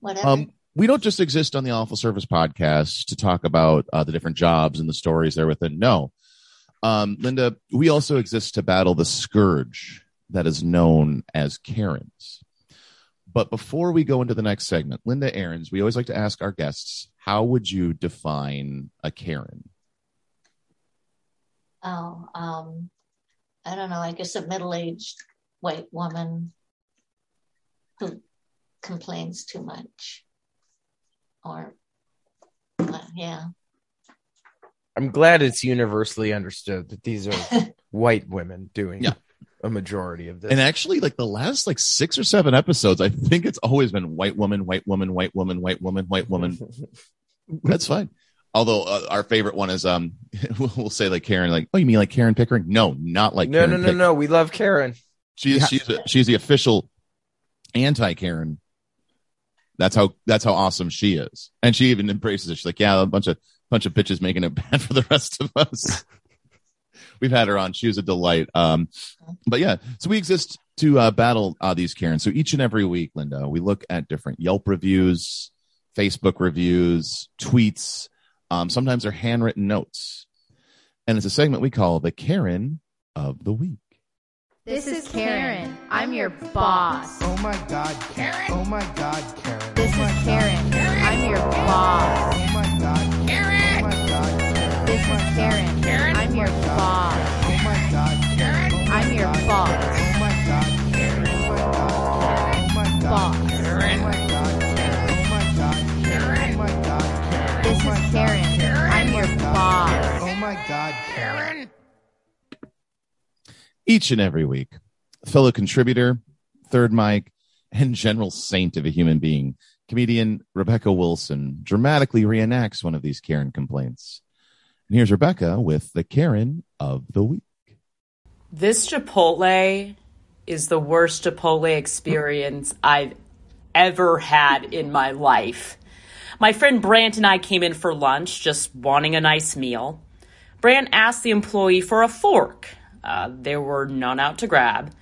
Whatever. Um, we don't just exist on the Awful Service podcast to talk about uh, the different jobs and the stories there within. No, um, Linda, we also exist to battle the scourge that is known as Karens. But before we go into the next segment, Linda Aarons, we always like to ask our guests, how would you define a Karen? oh, um, I don't know. I guess a middle-aged white woman who complains too much, or uh, yeah, I'm glad it's universally understood that these are white women doing Yeah. a majority of this. And actually, like the last like six or seven episodes, I think it's always been white woman, white woman, white woman, white woman, white woman, (laughs) That's fine. Although uh, our favorite one is, um, (laughs) we'll we'll say like Karen, like, oh, you mean like Karen Pickering? No, not like no, Karen no, no, Pickering. no. We love Karen. (laughs) She is, she's a, she's the official anti Karen. That's how that's how awesome she is, and she even embraces it. She's like, yeah, a bunch of bunch of bitches making it (laughs) bad for the rest of us. (laughs) We've had her on; she was a delight. Um, but yeah, so we exist to uh, battle uh, these Karens. So each and every week, Linda, we look at different Yelp reviews, Facebook reviews, tweets. Um, sometimes they're handwritten notes, and it's a segment we call the Karen of the week. This is Karen. I'm your boss. Oh my God, Karen. Oh my God, Karen. This is Karen. I'm your boss. Oh my God, Karen. Oh my God, Karen. This is Karen. I'm your boss. Oh my God, Karen. I'm your boss. Oh my God, Karen. Oh my God, Karen. Oh my God, Boss. Karen. Oh my God, Karen. Oh my God, Karen. Oh my God, Karen. This is Karen. I'm your boss. Oh my God, Karen. each and every week. Fellow contributor, third mic, and general saint of a human being, comedian Rebecca Wilson dramatically reenacts one of these Karen complaints. And here's Rebecca with the Karen of the week. (laughs) This Chipotle is the worst Chipotle experience I've ever had in my life. My friend Brant and I came in for lunch just wanting a nice meal. Brant asked the employee for a fork. Uh, there were none out to grab.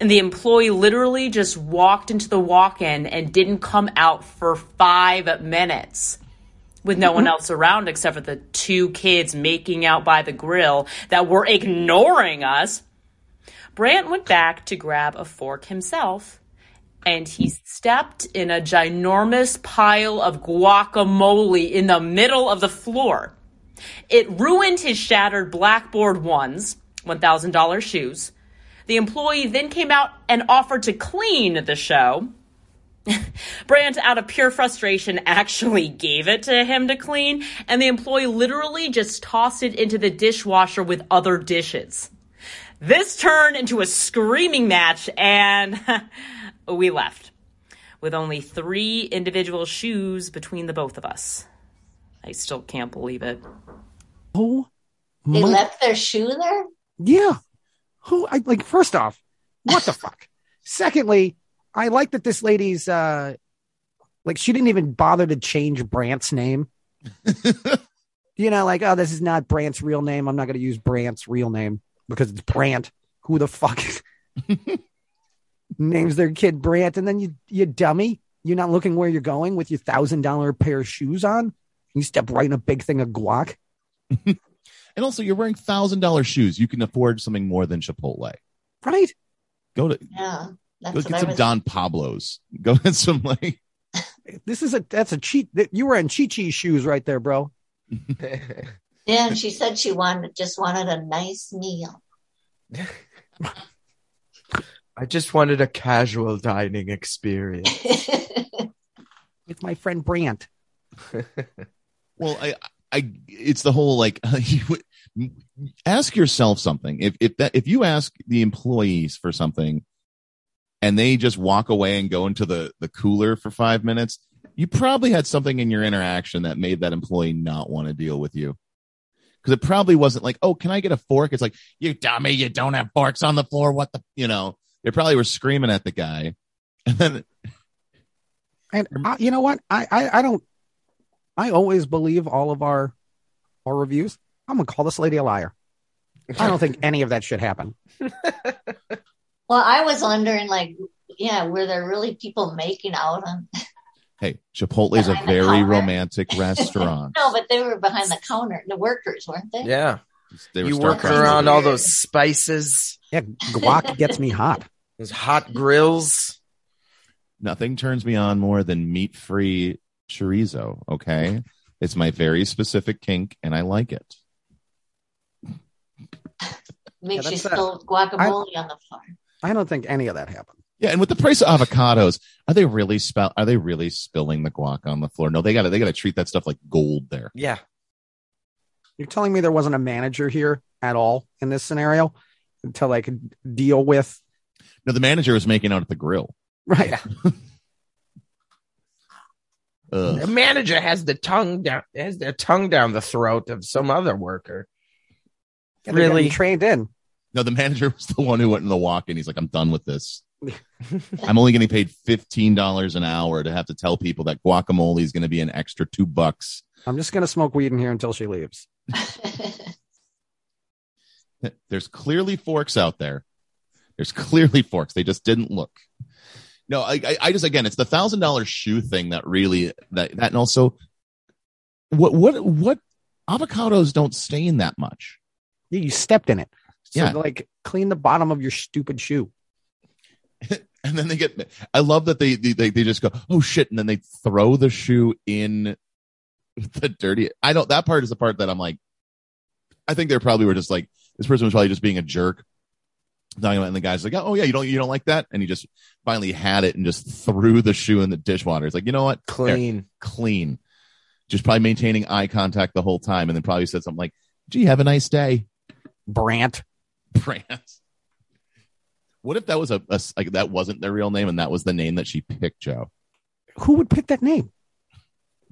And the employee literally just walked into the walk in and didn't come out for five minutes with no one else around except for the two kids making out by the grill that were ignoring us, Brant went back to grab a fork himself and he stepped in a ginormous pile of guacamole in the middle of the floor. It ruined his shattered blackboard ones, $1,000 shoes. The employee then came out and offered to clean the show. (laughs) Brandt, out of pure frustration, (laughs) actually gave it to him to clean, and the employee literally just tossed it into the dishwasher with other dishes. This turned into a screaming match, and (laughs) we left with only three individual shoes between the both of us. I still can't believe it. Oh, they my- left their shoe there. yeah. Who? I like. First off, what the fuck? Secondly, I like that this lady's uh, like she didn't even bother to change Brant's name. you know, like oh, this is not Brant's real name. I'm not going to use Brant's real name because it's Brant. Who the fuck (laughs) names their kid Brant? And then you, you dummy, you're not looking where you're going with your thousand dollar pair of shoes on. You step right in a big thing of guac. And also, you're wearing thousand dollar shoes. You can afford something more than Chipotle. Right? Go to Yeah. That's go what get I some was. Don Pablos. Go get some like This is a that's a cheat. that- You were in Chi Chi shoes right there, bro. yeah, and she said she wanted just wanted a nice meal. (laughs) I just wanted a casual dining experience. With my friend Brandt. Well, I, I, it's the whole like (laughs) you would, ask yourself something. If if that if you ask the employees for something, and they just walk away and go into the the cooler for five minutes, you probably had something in your interaction that made that employee not want to deal with you. Because it probably wasn't like, oh, can I get a fork? It's like, you dummy, you don't have forks on the floor. What the, you know? They probably were screaming at the guy, and then And I, you know what? I, I I don't. I always believe all of our our reviews. I'm gonna call this lady a liar. I don't think any of that should happen. Well, I was wondering, like, yeah, were there really people making out on? (laughs) hey, Chipotle is a Behind the very counter. romantic restaurant. (laughs) No, but they were behind the counter, the workers, weren't they? yeah. They were You stir work fries. around all those spices, Yeah, guac gets me hot. those hot grills. Nothing turns me on more than meat free chorizo. Okay. It's my very specific kink and I like it. Makes Yeah, you that's a- spill guacamole on the floor. I don't think any of that happened. Yeah. And with the price of avocados, are they really spell are they really spilling the guac on the floor? No, they gotta they gotta treat that stuff like gold there. Yeah. You're telling me there wasn't a manager here at all in this scenario to like deal with No, the manager was making out at the grill. right. Ugh. The manager has the tongue down has their tongue down the throat of some other worker. Yeah, they're getting Really? trained in. No, the manager (laughs) was the one who went in the walk in. He's like, I'm done with (laughs) this. I'm only getting paid fifteen dollars an hour to have to tell people that guacamole is gonna be an extra two bucks. I'm just gonna smoke weed in here until she leaves. There's clearly forks out there. There's clearly forks. They just didn't look. No, I, I, I just again, it's the thousand dollar shoe thing that really that that and also what what what avocados don't stain that much. You you stepped in it. So Yeah. like clean the bottom of your stupid shoe. (laughs) And then they get. I love that they they they, they just go oh shit, and then they throw the shoe in the dirty. I don't. That part is the part that I'm like. I think they probably were just like this person was probably just being a jerk. Talking about, and the guy's like, "Oh yeah, you don't you don't like that," and he just finally had it and just threw the shoe in the dishwater. It's like, you know what, There, Clean. clean, just probably maintaining eye contact the whole time, and then probably said something like, "Gee, have a nice day." Brant. Brands. What if that was a, a- like that wasn't their real name and that was the name that she picked, Joe? Who would pick that name?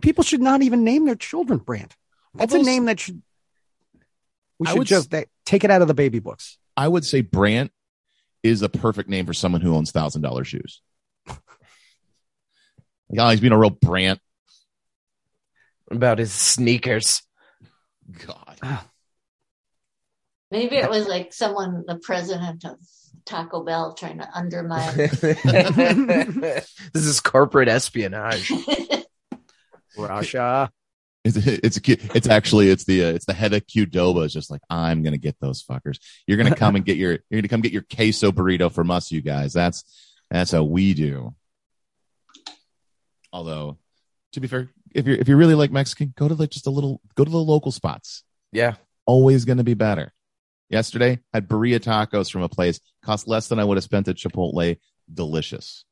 People should not even name their children Brant. That's a Although- name that should we I should would just that, take it out of the baby books. I would say Brant is a perfect name for someone who owns thousand dollar shoes. (laughs) Like, oh, he's being a real Brant. About his sneakers. (laughs) God, (laughs) Maybe it was like someone, the president of Taco Bell, trying to (laughs) undermine. (laughs) this is corporate espionage. Russia. it's it's it's actually it's the uh, it's the head of Qdoba is just like I'm gonna get those fuckers. You're gonna come and get your you're gonna come get your queso burrito from us, you guys. That's that's how we do. Although, to be fair, if you're if you really like Mexican, go to like just a little go to the local spots. Yeah. Always gonna be better. Yesterday had burrito tacos from a place cost less than I would have spent at Chipotle. Delicious.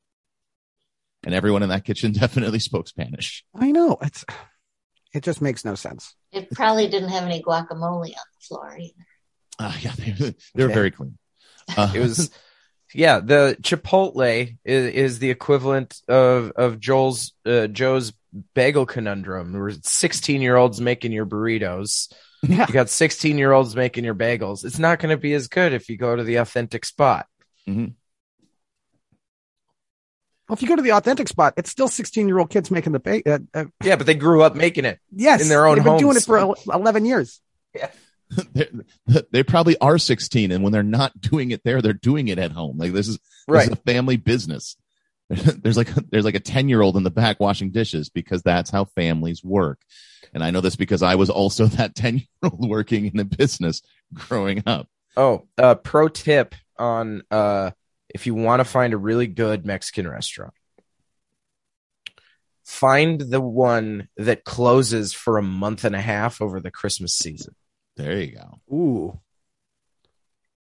And everyone in that kitchen (laughs) definitely spoke Spanish. I know. It's it just makes no sense. it probably didn't have any guacamole on the floor either. Ah, yeah, they, they were Yeah. very (laughs) clean. Uh, It was yeah, the Chipotle is, is the equivalent of of Joel's uh, Joe's bagel conundrum. There were 16-year-olds making your burritos. Yeah. You got 16-year-olds making your bagels. It's not going to be as good if you go to the authentic spot. Well, if you go to the authentic spot, it's still 16 year old kids making the ba- uh, uh, Yeah, but they grew up making it. yes In their own They've been doing it homes. for el- 11 years. (laughs) they, they probably are 16, and when they're not doing it there, they're doing it at home. Like this is, this Right. is a family business. (laughs) there's like there's like a 10 year old in the back washing dishes because that's how families work. And I know this because I was also (laughs) that 10 year old working in a business growing up. Oh, uh, pro tip on uh, if you want to find a really good Mexican restaurant, find the one that closes for a month and a half over the Christmas season There you go. Ooh.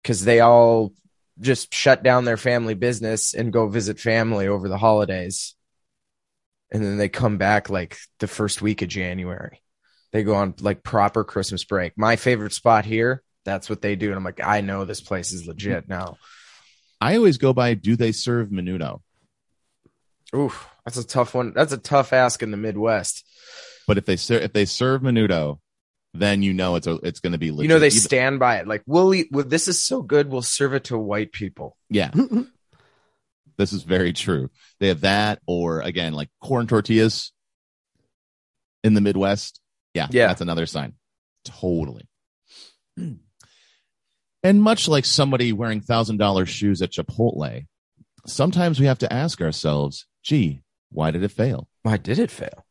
because they all just shut down their family business and go visit family over the holidays. And then they come back like the first week of January. They go on like proper Christmas break. My favorite spot here, that's what they do. And I'm like, I know this place is legit now. I always go by do they serve menudo? Oof, that's a tough one. That's a tough ask in the Midwest. But if they ser- if they serve menudo, then you know it's a, it's going to be legit. You know, they Even- stand by it. Like, we'll eat. Well, this is so good. We'll serve it to white people. yeah. This is very true. They have that, or again, like corn tortillas in the Midwest. Yeah, Yeah. that's another sign. Totally. (clears throat) And much like somebody wearing thousand dollar shoes at Chipotle, sometimes we have to ask ourselves, "Gee, why did it fail?" Why did it fail?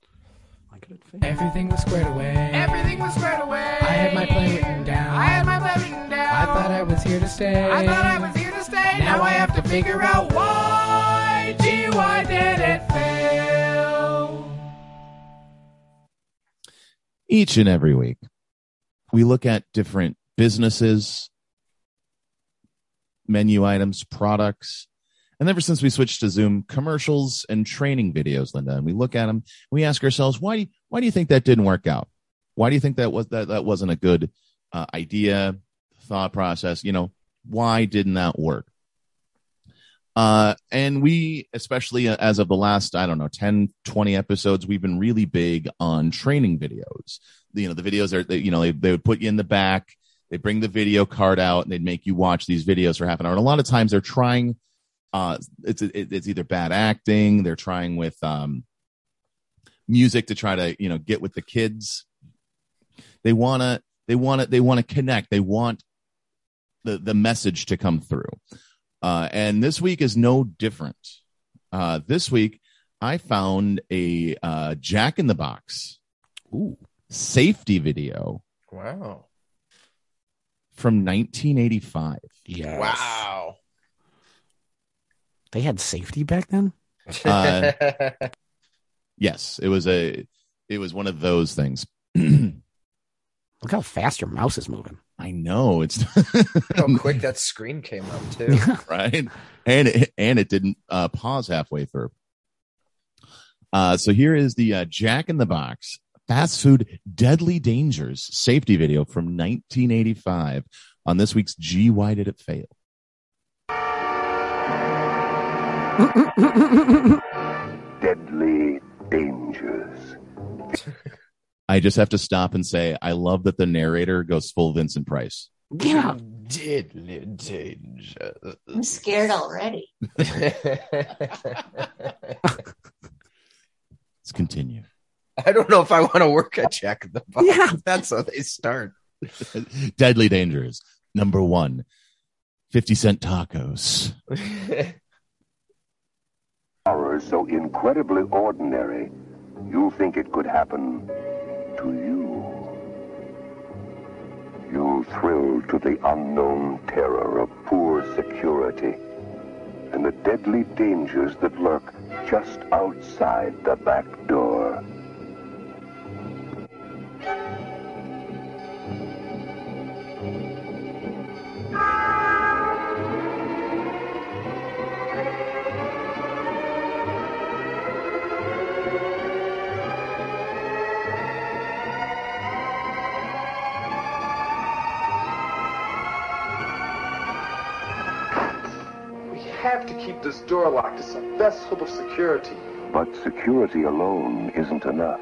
Everything was squared away. Everything was squared away. I had my plan written down. I had my plan written down. I thought I was here to stay. I thought I was here to stay. Now, I have to figure out why. Gee, why did it fail? each and every week we look at different businesses menu items products and ever since we switched to zoom commercials and training videos linda and we look at them we ask ourselves why do you, why do you think that didn't work out why do you think that was that that wasn't a good uh, idea thought process you know why didn't that work uh and we especially uh, as of the last i don't know 10 20 episodes we've been really big on training videos you know the videos are they, you know they, they would put you in the back they bring the video card out and they'd make you watch these videos for half an hour and a lot of times they're trying uh it's it, it's either bad acting they're trying with um music to try to you know get with the kids they want to they want to they want to connect they want the the message to come through uh, and this week is no different. Uh, this week, I found a uh, Jack in the Box Ooh. safety video Wow. from 1985. Yeah. Wow. They had safety back then? (laughs) Uh, Yes, it was a it was one of those things. (clears throat) I Look how fast your mouse is moving. know it's (laughs) (laughs) how quick that screen came up, too. right? And it, and it didn't uh, pause halfway through. Uh, so here is the uh, Jack in the Box fast food deadly dangers safety video from 1985 on this week's G Why Did It Fail? deadly dangers. I just have to stop and say I love that the narrator goes full Vincent Price. yeah. Deadly danger. I'm scared already. Let's continue. (laughs) I don't know if I want to work at Jack in the Box. Yeah. (laughs) That's how they start. (laughs) (laughs) deadly dangers. Number one, 50 cent tacos. Horror so incredibly ordinary, you think it could happen to you. You thrill to the unknown terror of poor security and the deadly dangers that lurk just outside the back door. We have to keep this door locked. It's our best hope of security. But security alone isn't enough.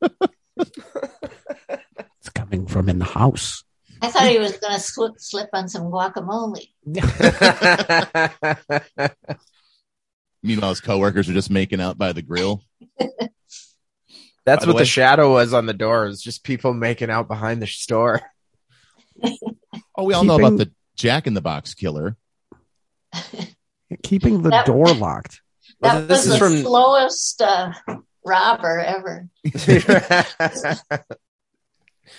(laughs) It's coming from in the house. I thought he was going to slip, slip on some guacamole. Meanwhile, his coworkers are just making out by the grill. That's By the what way- the shadow was on the door. It was just people making out behind the store. (laughs) Oh, we all know Keeping- about the Jack in the Box killer. Keeping the That- door locked. Well, That this was is the from- slowest uh, robber ever.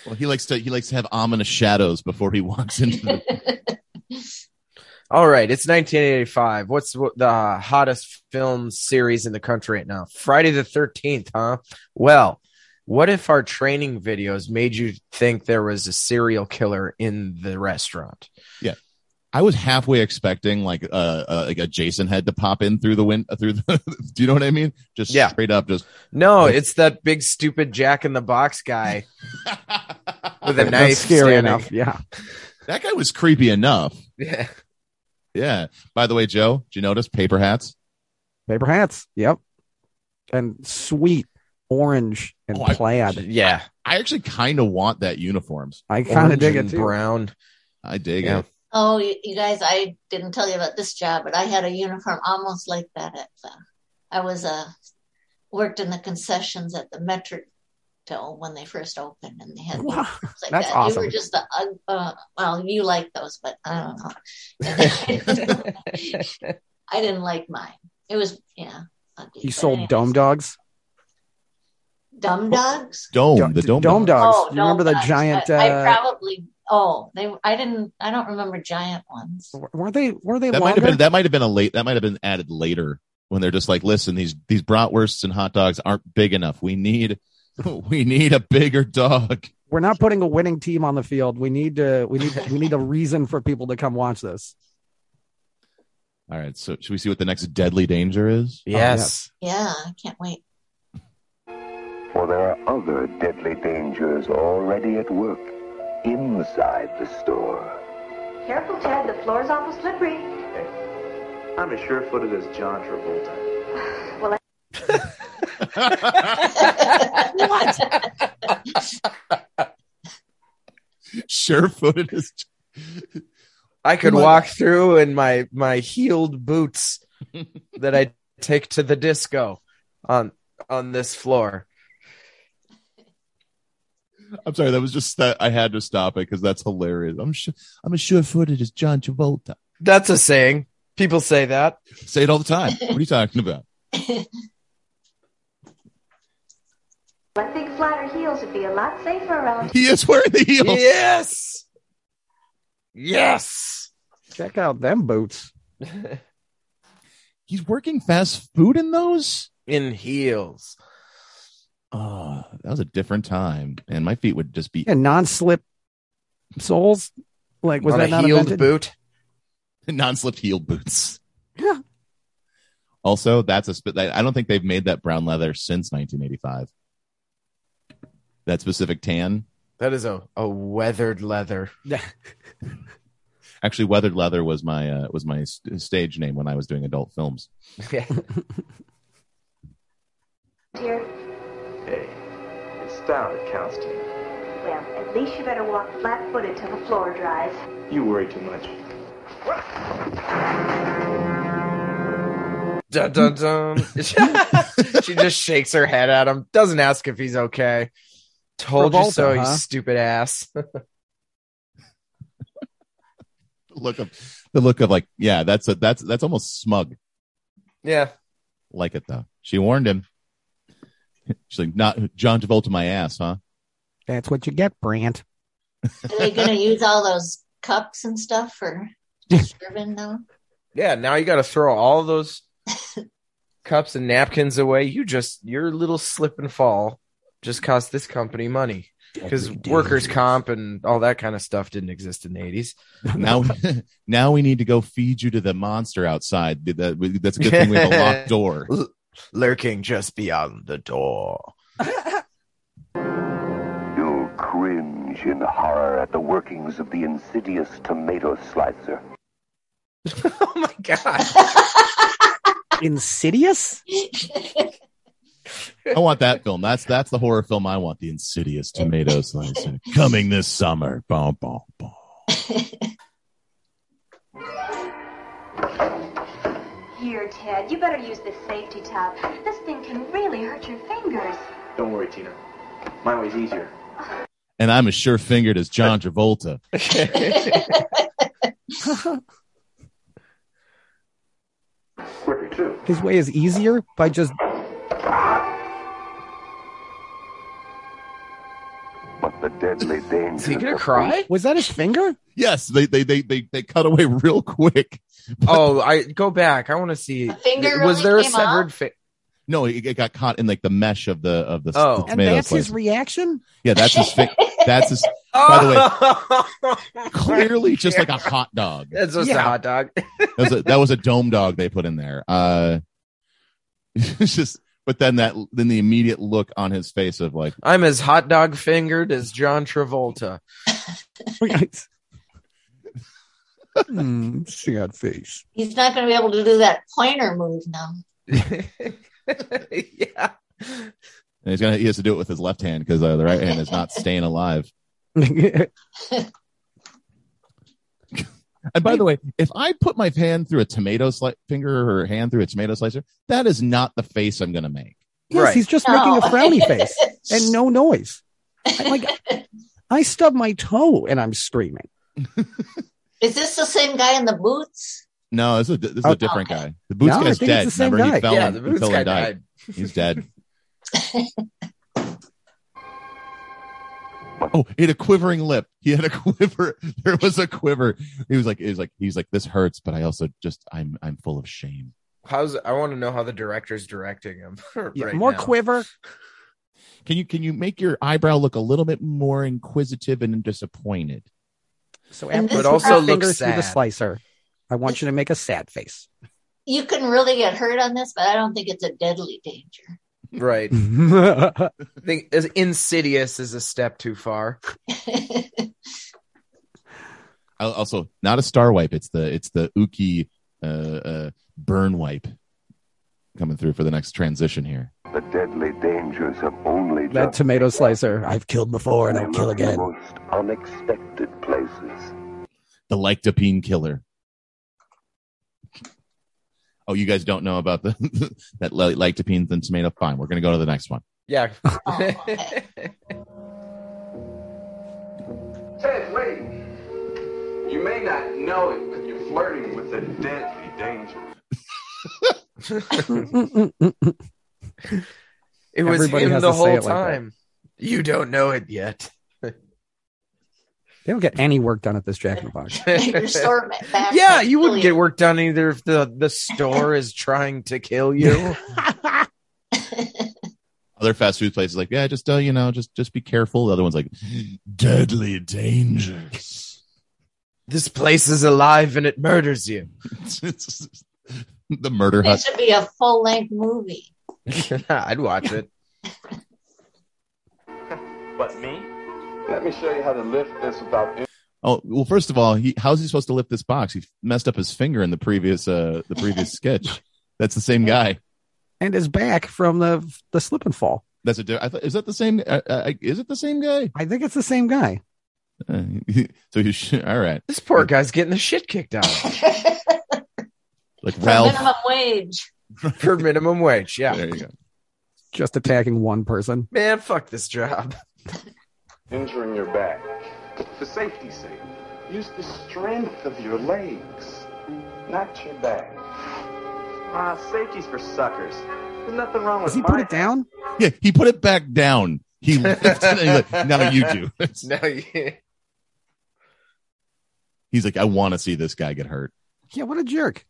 Well, he likes to he likes to have ominous shadows before he walks into Hmm. (laughs) the All right, it's 1985. What's wh- the hottest film series in the country right now? Friday the 13th, huh? Well, what if our training videos made you think there was a serial killer in the restaurant? I was halfway expecting like uh, uh like a Jason head to pop in through the wind through the (laughs) do you know what I mean? Just Yeah. straight up just No, it's that big stupid Jack in the Box (laughs) guy with a That's knife. scary standing. enough. Yeah. (laughs) that guy was creepy enough. Yeah. Yeah. By the way, Joe, did you notice paper hats? Paper hats. Yep. And sweet orange and Oh, I- plaid. Yeah. I actually kind of want that uniforms. I, kind of Orange dig it and too. Oh, Brown. I dig Yeah. it. (laughs) Oh, you, you guys, I didn't tell you about this job, but I had a uniform almost like that at the. I was uh, worked in the concessions at the Metro when they first opened, and they had Wow. uniforms like That's that. They awesome. were just the ug- uh, well, you like those, but I don't know. (laughs) (laughs) I didn't like mine. It was yeah. Ugly. You But sold anyways, Dome Dogs? Dumb dogs. Dome, Do- the dome. Dome dog. Dogs. Oh, you Dome remember the Dogs. giant? I, I uh, probably. Oh, they. I didn't. I don't remember giant ones. were they? Were they That might longer? have been that might have been a late that might have been added later when they're just like, listen, these these bratwursts and hot dogs aren't big enough. We need (laughs) we need a bigger dog. We're not putting a winning team on the field. We need to. We need. we need a reason for people to come watch this. All right, so should we see what the next deadly danger (laughs) is? Yes. Yeah, I can't wait. (laughs) For there are other deadly dangers already at work inside the store. Careful, Ted. The floor's awful slippery. I'm as sure footed as John Travolta. what? sure footed as I could My- walk through in my my heeled (laughs) boots that I take to the disco on on this floor. I'm sorry, that was just that I had to stop it because that's hilarious. I'm sure I'm as sure footed as John Travolta. That's a saying. People say that. Say it all the time. What are you talking about? I think flatter heels would be a lot safer around. He is wearing the heels. Yes. Yes. Check out them boots. He's working fast food in those. In heels. Oh, that was a different time, and my feet would just be. And non-slip soles. Like was on that a not heeled invented? boot. (laughs) non-slip heel boots. Yeah. Also, that's a. sp- I don't think they've made that brown leather since 1985. That specific tan. That is a, a weathered leather. Actually, weathered leather was my uh, was my st- stage name when I was doing adult films. Here. Hey, it's style that counts to me. Well, at least you better walk flat-footed till the floor dries. You worry too much. (laughs) Dun, dun, (laughs) dun. she just shakes her head at him. Doesn't ask if he's okay. Told you Travolta, so, you huh? stupid ass. (laughs) The look of the look of like, yeah, that's a that's that's almost smug. yeah. Like it though. She warned him. (laughs) She's like, not John Travolta, my ass, huh? (laughs) That's what you get, Brant. Are they going to use all those cups and stuff for serving now? Yeah. Now you got to throw all (laughs) those cups and napkins away. You just, your little slip and fall just cost this company money because workers' comp and all that kind of stuff didn't exist in the 80s. Now, now we need to go feed you to the monster outside. That, that's a good thing we have a locked door. Lurking just beyond the door. (laughs) You'll cringe in horror at the workings of the insidious tomato slicer. oh my God. Insidious. I want that film. That's that's the horror film I want. The Insidious Tomato Slicer coming this summer. Bom, bom, bom. Here, Ted. You better use this safety top. This thing can really hurt your fingers. Don't worry, Tina. Mine was (laughs) easier. And I'm as sure fingered as John Travolta. Quicker, too. His way is easier by just The deadly danger. Is he gonna cry? Was that his finger? Yes, they they they they, they cut away (laughs) real quick. oh, I go back. I want to see. finger was really there a came severed off? finger? No, it, it got caught in like the mesh of the of the, Oh. the And tomato that's his slice. (laughs) reaction? yeah, that's his. Fi- that's (laughs) his. By the way, clearly just like a hot dog. (laughs) that's just Yeah. a hot dog. That was a, that was a dome dog they put in there. Uh, (laughs) it's just, but then that then the immediate look on his face of like, I'm as hot dog fingered as John Travolta. (laughs) Hmm, sad (laughs) face. (laughs) He's not going to be able to do that pointer move now. yeah. and he's gonna he has to do it with his left hand because uh, the right hand is not staying alive. And by the way, if I put my hand through a tomato sli- finger or hand through a tomato slicer, that is not the face I'm gonna make. Yes, Right. he's just No. making a (laughs) frowny face and no noise. I- like I stub my toe and I'm screaming. Is this the same guy in the boots? No, this is a, this is Oh, a different okay. guy. The boots No, I guy's think it's dead. the same Remember, guy. he fell yeah, and, the he boots fell guy and died. died. He's dead. oh, he had a quivering lip. He had a (laughs) quiver. There was a quiver. He was like, he was like, he's like, this hurts, but I also just, I'm, I'm full of shame. How's I want to know how the director's directing him. (laughs) Yeah, right more now. quiver. Can you, can you make your eyebrow look a little bit more inquisitive and disappointed? So And after this- you put But also your finger looks through the sad. slicer, I want you to make a sad (laughs) face. You can really get hurt on this, but I don't think it's a deadly danger. (laughs) Right. I I think as insidious is a step too far. Al- Also, not a star wipe. It's the, it's the Uki, uh, uh, burn wipe coming through for the next transition here. The deadly dangers have only that just tomato slicer I've killed before and I'll They kill look (laughs) in again. Most unexpected places. the lycopene killer. Oh, you guys don't know about the (laughs) that ly- lycopene's in tomato. Fine, we're gonna go to the next one. Yeah. (laughs) Oh, okay. Ted, wait. You may not know it, but you're flirting with a deadly danger. It was Everybody him has the to say whole it like that. time. you don't know it yet. (laughs) They don't get any work done at this Jack in the Box. Your store ma- back yeah, might you wouldn't kill get work done either if the, the store is trying to kill (laughs) you. (laughs) Other fast food places like yeah, just uh, you know, just just be careful. The other one's like deadly dangers. (laughs) this place is alive and it murders you. (laughs) the murder That hut. should be a full length movie. I'd watch it. But me? Let me show you how to lift this without Oh well, first of all, he, how's he supposed to lift this box? He messed up his finger in the previous uh the previous sketch. That's the same guy. and is back from the the slip and fall. That's a. di- I thought, is that the same? Uh, uh, is it the same guy? (laughs) I think it's the same guy. Uh, so you should, all right, This poor guy's getting the shit kicked out of him like For Ralph. minimum wage. for minimum wage. Yeah. There you go. Just attacking one person. Man, fuck this job. (laughs) injuring your back. For safety's sake, use the strength of your legs, not your back. Ah, safety's for suckers. There's nothing wrong with Does he my put it down? Yeah, he put it back down. He (laughs) lifted it. and he's like, now you do. No, (laughs) you- (laughs) He's like, I want to see this guy get hurt. Yeah, what a jerk.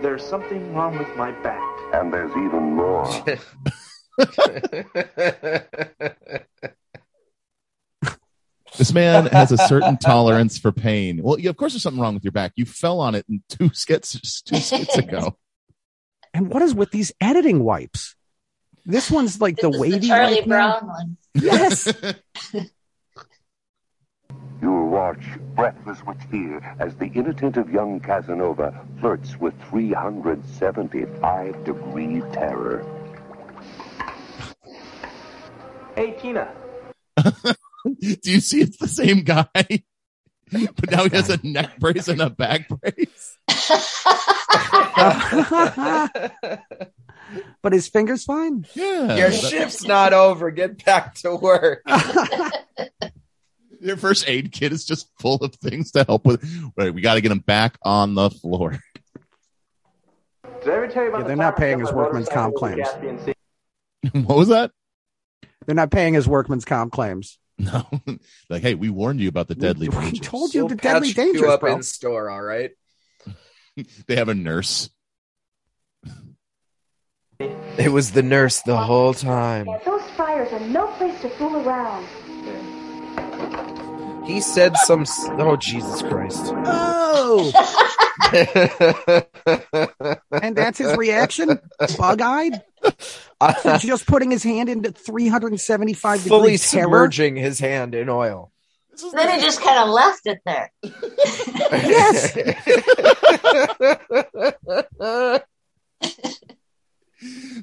There's something wrong with my back. And there's even more. (laughs) This man has a (laughs) certain tolerance for pain. Well, yeah, of course, there's something wrong with your back. You fell on it in two skits two (laughs) skits ago. And what is with these editing wipes? This one's like the This is wavy Charlie wipe now. Brown one. (laughs) Yes. You will watch, breathless with fear, as the inattentive young Casanova flirts with 375 degree terror. Hey, Tina. do you see? It's the same guy, but now he has a neck brace and a back brace. (laughs) but his finger's fine. Yeah, Your that- shift's not over. Get back to work. your first aid kit is just full of things to help with. Right, we got to get him back on the floor. Did I ever tell you about Yeah, the they're not time I paying got his my workman's comp motorcycle claims. at the GATC? (laughs) what was that? They're not paying his workman's comp claims. No, (laughs) like, hey, we warned you about the (laughs) deadly. We dangers. told you We'll the deadly patch you dangers, up bro. in store, all right? they have a nurse. It was the nurse the whole time. Yeah, those fires are no place to fool around. He said some. s- Oh Jesus Christ! (laughs) (laughs) Oh, and that's his reaction, bug-eyed, to just putting his hand into 375 Fully degrees terror. submerging his hand in oil. Then he just kind of left it there. Yes,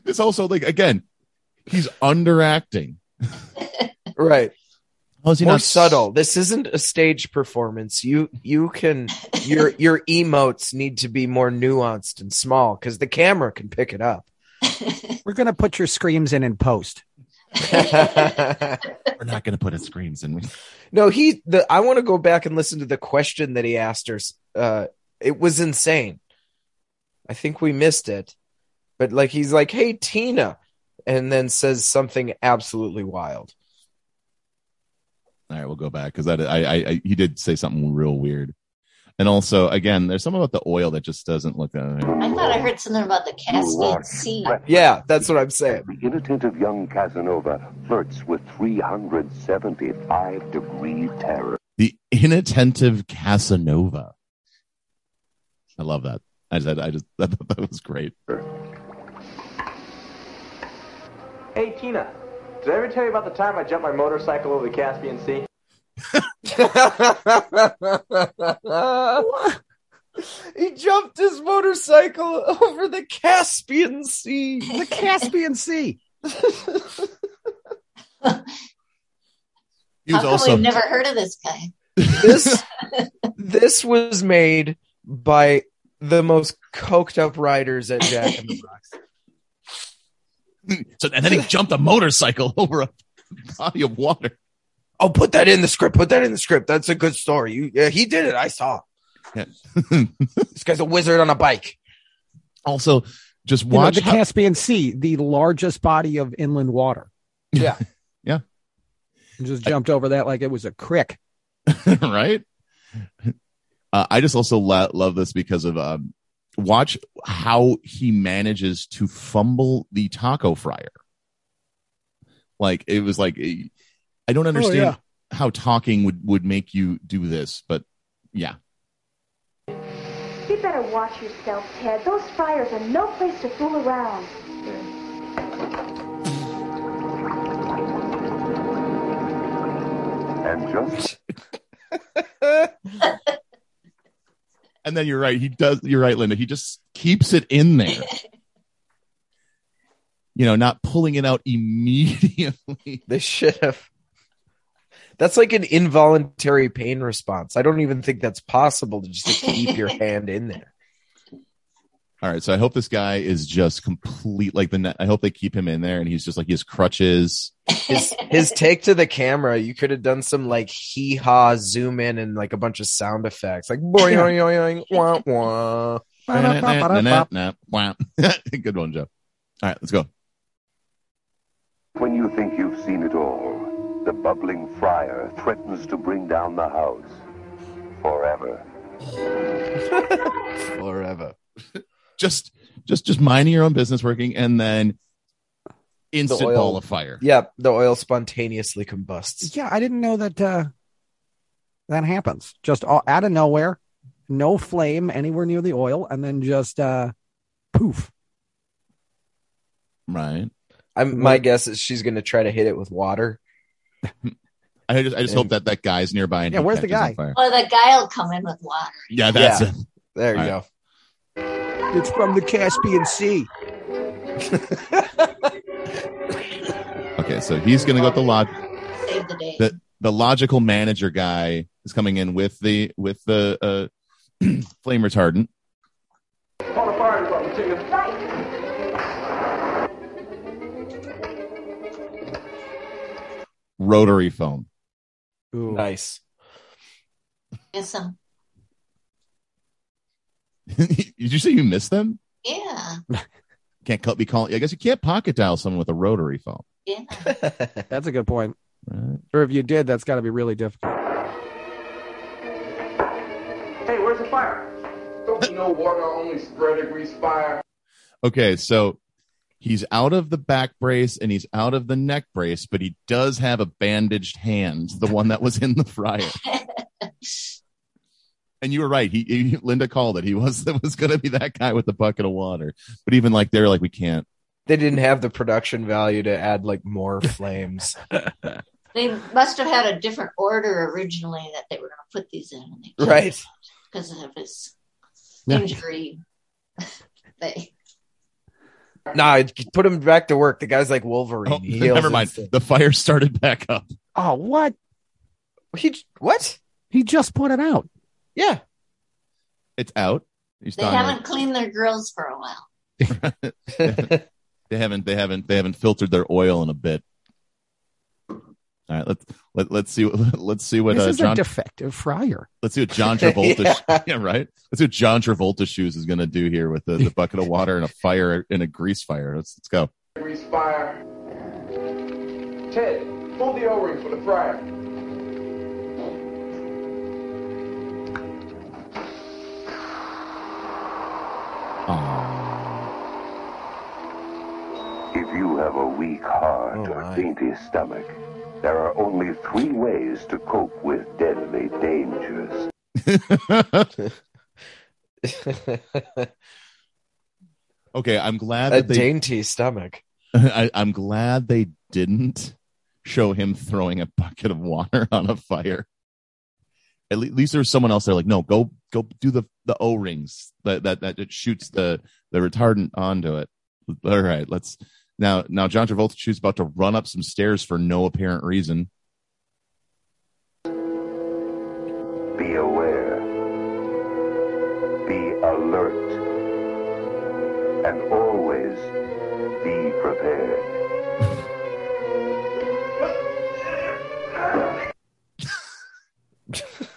It's also like again, he's underacting. (laughs) right. How is he More not subtle. This isn't a stage performance. You you can your your emotes need to be more nuanced and small because the camera can pick it (laughs) up. we're gonna put your screams in in post. We're not going to put his screams (laughs) in. no, he. The I want to go back and listen to the question that he asked her. Uh, it was insane. I think we missed it, but like he's like, "Hey Tina," and then says something absolutely wild. All right, we'll go back because that I, I I he did say something real weird, and also again, there's something about the oil that just doesn't look. Uh, I thought I heard something about the Cascade Sea. Yeah, that's what I'm saying. (laughs) The inattentive young Casanova flirts with 375 degree terror. the inattentive Casanova. I love that. I just I just (laughs) I thought that was great. Hey Tina, did I ever tell you about the time I jumped my motorcycle over the Caspian Sea? he jumped his motorcycle over the Caspian Sea. The Caspian Sea. He How was come also we've never heard of this guy? This this was made by the most coked up riders at Jack in the Box. (laughs) so, and then he jumped a motorcycle (laughs) over a body of water. Oh, put that in the script. Put that in the script. That's a good story. You, yeah, he did it. I saw. Yeah. this guy's a wizard on a bike. (laughs) Also, just You know, watch the how- Caspian Sea, the largest body of inland water. Yeah. Yeah. And just jumped over that like it was a crick. right? Uh, I just also lo- love this because of um, watch how he manages to fumble the taco fryer. Like it was like eh, I don't understand how talking would would make you do this, but yeah, You better watch yourself, Ted. Those fires are no place to fool around. And just and then you're right. He does. You're right, Linda. He just keeps it in there. you know, not pulling it out immediately. They should have. That's like an involuntary pain response. I don't even think that's possible to just keep your hand in there. All right, so I hope this guy is just complete like the. net I hope they keep him in there, and he's just like he has crutches. (laughs) His his take to the camera, you could have done some like hee ha zoom in and like a bunch of sound effects, like boing boing boing wah wah. Nah, nah, nah. (laughs) Good one, Joe. All right, let's go. when you think you've seen it all, the bubbling fryer threatens to bring down the house forever. Forever. Just, just, just minding your own business, working, and then instant oil. ball of fire. Yep, the oil spontaneously combusts. Yeah, I didn't know that uh, that happens. Just all, out of nowhere, no flame anywhere near the oil, and then just uh, poof. Right. I'm, my guess is she's going to try to hit it with water. I just, I just hope that that guy's nearby. And Yeah, he where's the catches on fire. guy? Or the guy will come in with water. Yeah, that's Yeah. it. There you All go. It's from the Caspian Sea. Okay, so he's gonna go with the log. Save the day. The the logical manager guy is coming in with the with the uh, (clears throat) flame retardant. Call the fire department, Tina. rotary phone. (laughs) Ooh. Nice. Get some. Did you say you missed them? Yeah. Can't call, be calling. I guess you can't pocket dial someone with a rotary phone. Yeah. That's a good point. Right. Or if you did, that's got to be really difficult. Hey, where's the fire? Don't you know water only spread degrees fire? Okay, so he's out of the back brace and he's out of the neck brace, but he does have a bandaged hand, the one that was in the fryer. and you were right. He, he- Linda called it. He was (laughs) that was going to be that guy with the bucket of water. But even like they're like we can't. They didn't have the production value to add (laughs) like more flames. They must have had a different order originally that they were going to put these in. And they right. Because of his Yeah. injury. (laughs) they, Nah, put him back to work. The guy's like Wolverine. Oh, He heals never mind. instant. The fire started back up. Oh, what? He j- what? He just put it out. Yeah. It's out. He's they not- haven't cleaned their grills for a while. (laughs) (laughs) they haven't. They haven't. They haven't filtered their oil in a bit. All right. Let's let, let's see. (laughs) what- Let's see what this uh, is a John. defective fryer. Let's see what John Travolta. Yeah. yeah. right. Let's see what John Travolta shoes is going to do here with the, the bucket of water and a fire and a grease fire. Let's let's go. Degrees fire. Ted, pull the O-ring for the fryer. If you have a weak heart Oh, or my. dainty stomach, there are only three ways to cope with deadly dangers. (laughs) okay, I'm glad a that they. dainty stomach. (laughs) (laughs) I, I'm glad they didn't show him throwing a bucket of water (laughs) on a fire. At, le- at least there was someone else there, like, no, go go do the the O rings that that that it shoots the the retardant onto it. All right, let's now now John Travolta shoots about to run up some stairs for no apparent reason. Be aware. Be alert. And always be prepared.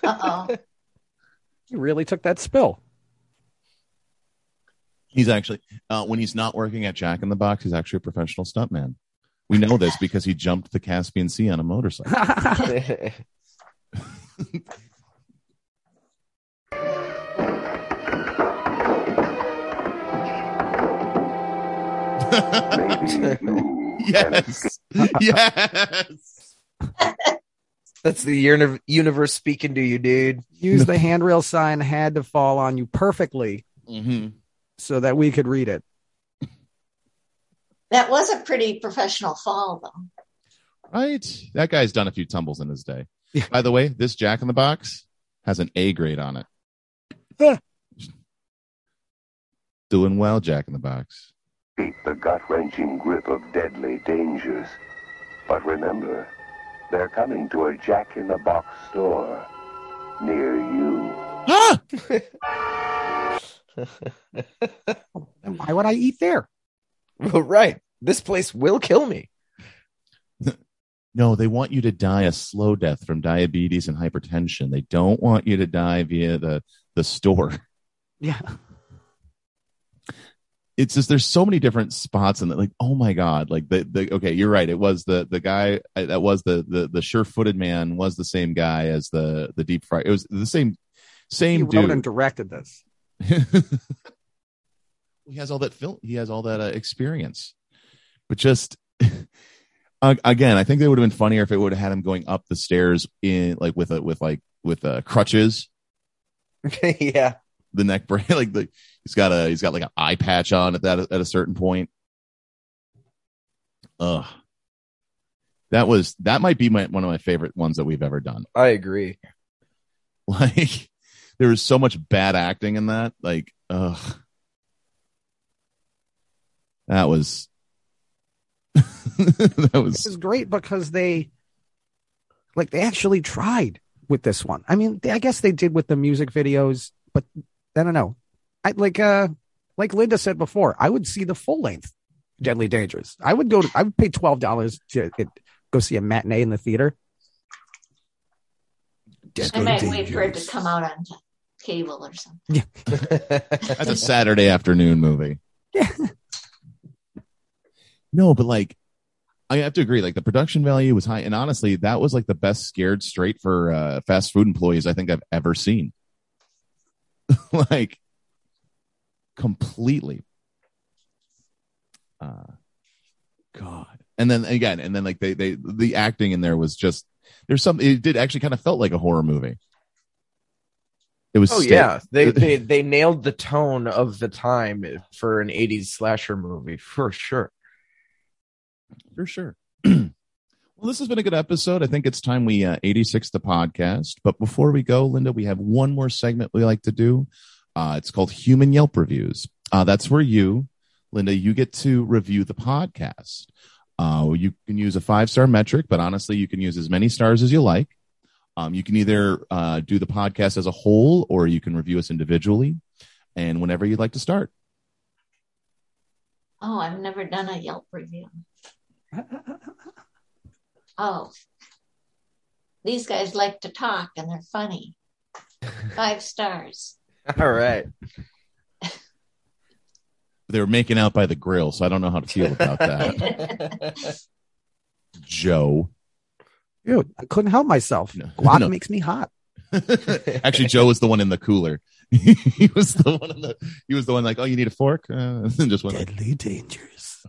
Uh oh. He really took (laughs) that spill. (laughs) He's actually uh, when he's not working at Jack in the Box, he's actually a professional stuntman. We know this because he jumped the Caspian Sea on a motorcycle. (laughs) Maybe you can escape. yes, yes. That's the uni- universe speaking to you, dude. (laughs) Use the handrail sign had to fall on you perfectly Mm-hmm. so that we could read it. That was a pretty professional fall, though. Right. That guy's done a few tumbles in his day. Yeah. By the way, this Jack in the Box has an A grade on it. Huh. Doing well, Jack in the Box. escape the gut-wrenching grip of deadly dangers. But remember, they're coming to a jack-in-the-box store near you. Ah! Then why would I eat there? Well, right. This place will kill me. (laughs) No, they want you to die a slow death from diabetes and hypertension. They don't want you to die via the, the store. (laughs) Yeah. it's just there's so many different spots in that like oh my god like the, the okay you're right it was the the guy uh, that was the the, the sure-footed man was the same guy as the the deep fry it was the same He same wrote dude and directed this. he has all that film he has all that uh, experience but just (laughs) uh, again i think they would have been funnier if it would have had him going up the stairs in like with a with like with uh crutches yeah. the neck (laughs) brace like the, he's got a he's got like an eye patch on at that at a certain point Ugh. that was that might be my one of my favorite ones that we've ever done I agree. (laughs) (laughs) like there was so much bad acting in that like ugh that was (laughs) that This was is great because they like they actually tried with this one. I mean, they, I guess they did with the music videos, but I don't know. I like uh like Linda said before, I would see the full length Deadly Dangerous. I would go to I would pay twelve dollars to it, go see a matinee in the theater. I might wait for it to come out on time. cable or something. That's a Saturday afternoon movie. Yeah. (laughs) No, but like, I have to agree. Like the production value was high, and honestly, that was like the best scared straight for uh, fast food employees I think I've ever seen. (laughs) like, completely. Uh, God, and then again, and then like they they the acting in there was just there's some it did actually kind of felt like a horror movie. It was Oh sta- yeah, they, they they nailed the tone of the time for an '80s slasher movie for sure. (laughs) for sure. (clears throat) well, this has been a good episode. I think it's time we uh, 86 the podcast. But before we go, Linda, we have one more segment we like to do. Uh, it's called Human Yelp Reviews. Uh, that's where you, Linda, you get to review the podcast. Uh, you can use a five star metric, but honestly, you can use as many stars as you like. Um, you can either uh, do the podcast as a whole or you can review us individually and whenever you'd like to start. Oh, I've never done a Yelp review. Oh, these guys like to talk and they're funny. Five stars. All right, They were making out by the grill, so I don't know how to feel about (laughs) that, Joe. Dude, I couldn't help myself. Guac no. makes me hot. Actually, Joe was the one in the cooler. (laughs) he was the one in the. He was the one like, "Oh, you need a fork," uh, (laughs) and just went like, Deadly dangerous.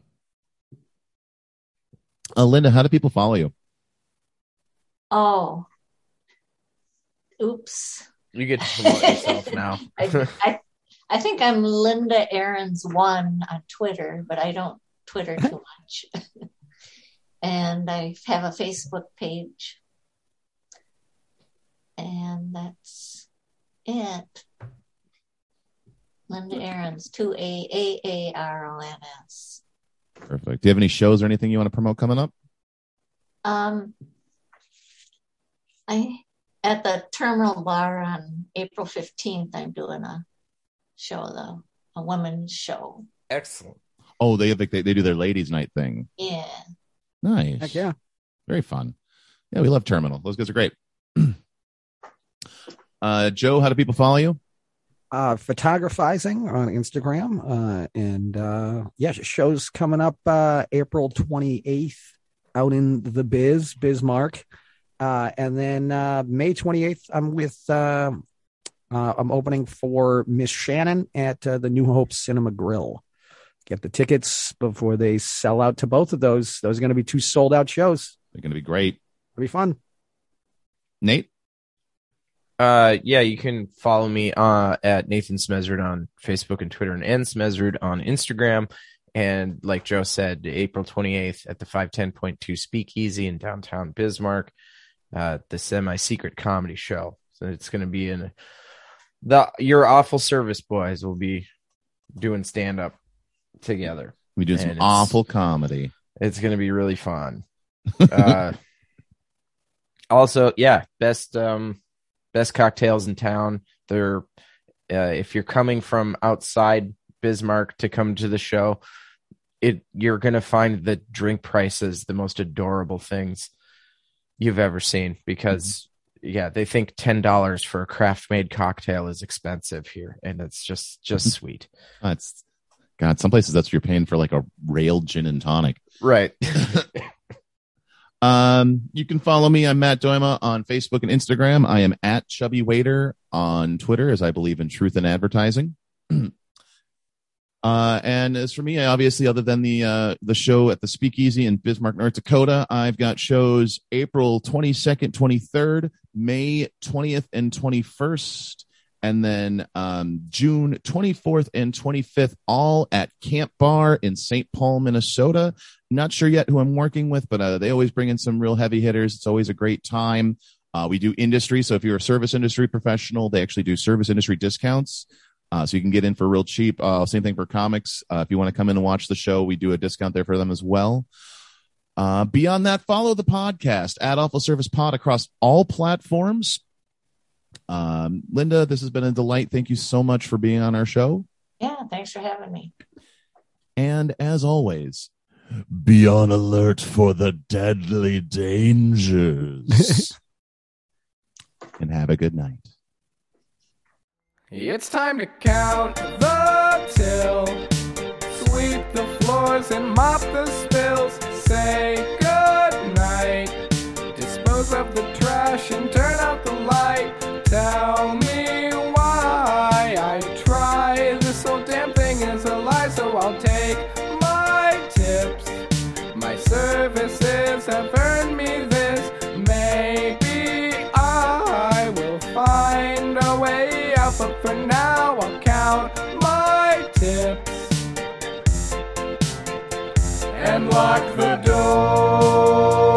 uh, "Linda, how do people follow you?" Oh, oops. you get to promote yourself now. (laughs) I, I, I think I'm Linda Aarons one on Twitter, but I don't Twitter too much. (laughs) and I have a Facebook page, and that's it. Linda Aarons, two A A A R O N S. Perfect. Do you have any shows or anything you want to promote coming up? Um, I at the Terminal Bar on April fifteenth. I'm doing a show though, a women's show. Excellent. Oh, they have like they, they do their ladies' night thing. Yeah. Nice. Heck yeah. Very fun. Yeah, we love Terminal. Those guys are great. (clears throat) uh, Joe, how do people follow you? Uh, photographizing on Instagram. Uh, and uh, yeah, shows coming up uh, April 28th out in the biz, Bismarck. Uh, and then uh, May 28th, I'm with, uh, uh, I'm opening for Miss Shannon at uh, the New Hope Cinema Grill. Get the tickets before they sell out to both of those. Those are going to be two sold out shows. They're going to be great. It'll be fun. Nate, Uh, yeah, you can follow me uh, at Nathan Smezrud on Facebook and Twitter, and N Smezrud on Instagram. And like Joe said, April 28th at the 510.2 Speakeasy in downtown Bismarck, uh, the semi secret comedy show. So it's going to be in the Your Awful Service Boys will be doing stand up together. we do And some it's- awful comedy. It's going to be really fun. uh, also, yeah, best um, best cocktails in town. They're uh, if you're coming from outside Bismarck to come to the show, it you're gonna find the drink prices the most adorable things you've ever seen because yeah, they think ten dollars for a craft made cocktail is expensive here, and it's just just sweet. Uh, it's God. Some places that's you're paying for like a rail gin and tonic. Right. (laughs) Um, you can follow me. I'm Matt Doima on Facebook and Instagram. I am at Chubby Waiter on Twitter, as I believe in truth and advertising. (clears throat) uh, and as for me, I obviously, other than the uh, the show at the Speakeasy in Bismarck, North Dakota, I've got shows April 22nd, 23rd, May 20th, and 21st, and then um, June 24th and 25th, all at Camp Bar in St. Paul, Minnesota not sure yet who I'm working with, but uh, they always bring in some real heavy hitters. It's always a great time. Uh, we do industry. So if you're a service industry professional, they actually do service industry discounts. Uh, so you can get in for real cheap. Uh, same thing for comics. Uh, if you want to come in and watch the show, we do a discount there for them as well. Uh, beyond that, follow the podcast at Awful Service Pod across all platforms. Um, Linda, this has been a delight. Thank you so much for being on our show. Yeah, thanks for having me. And as always, be on alert for the deadly (laughs) dangers. and have a good night. It's time to count the till, sweep the floors and mop the spills, say goodnight, dispose of the trash and turn out the light. Tell me why I try. This whole damn thing is a lie, so I'll take my tips. My services have earned me this. Maybe I will find a way out, but for now I'll count my tips and lock the door.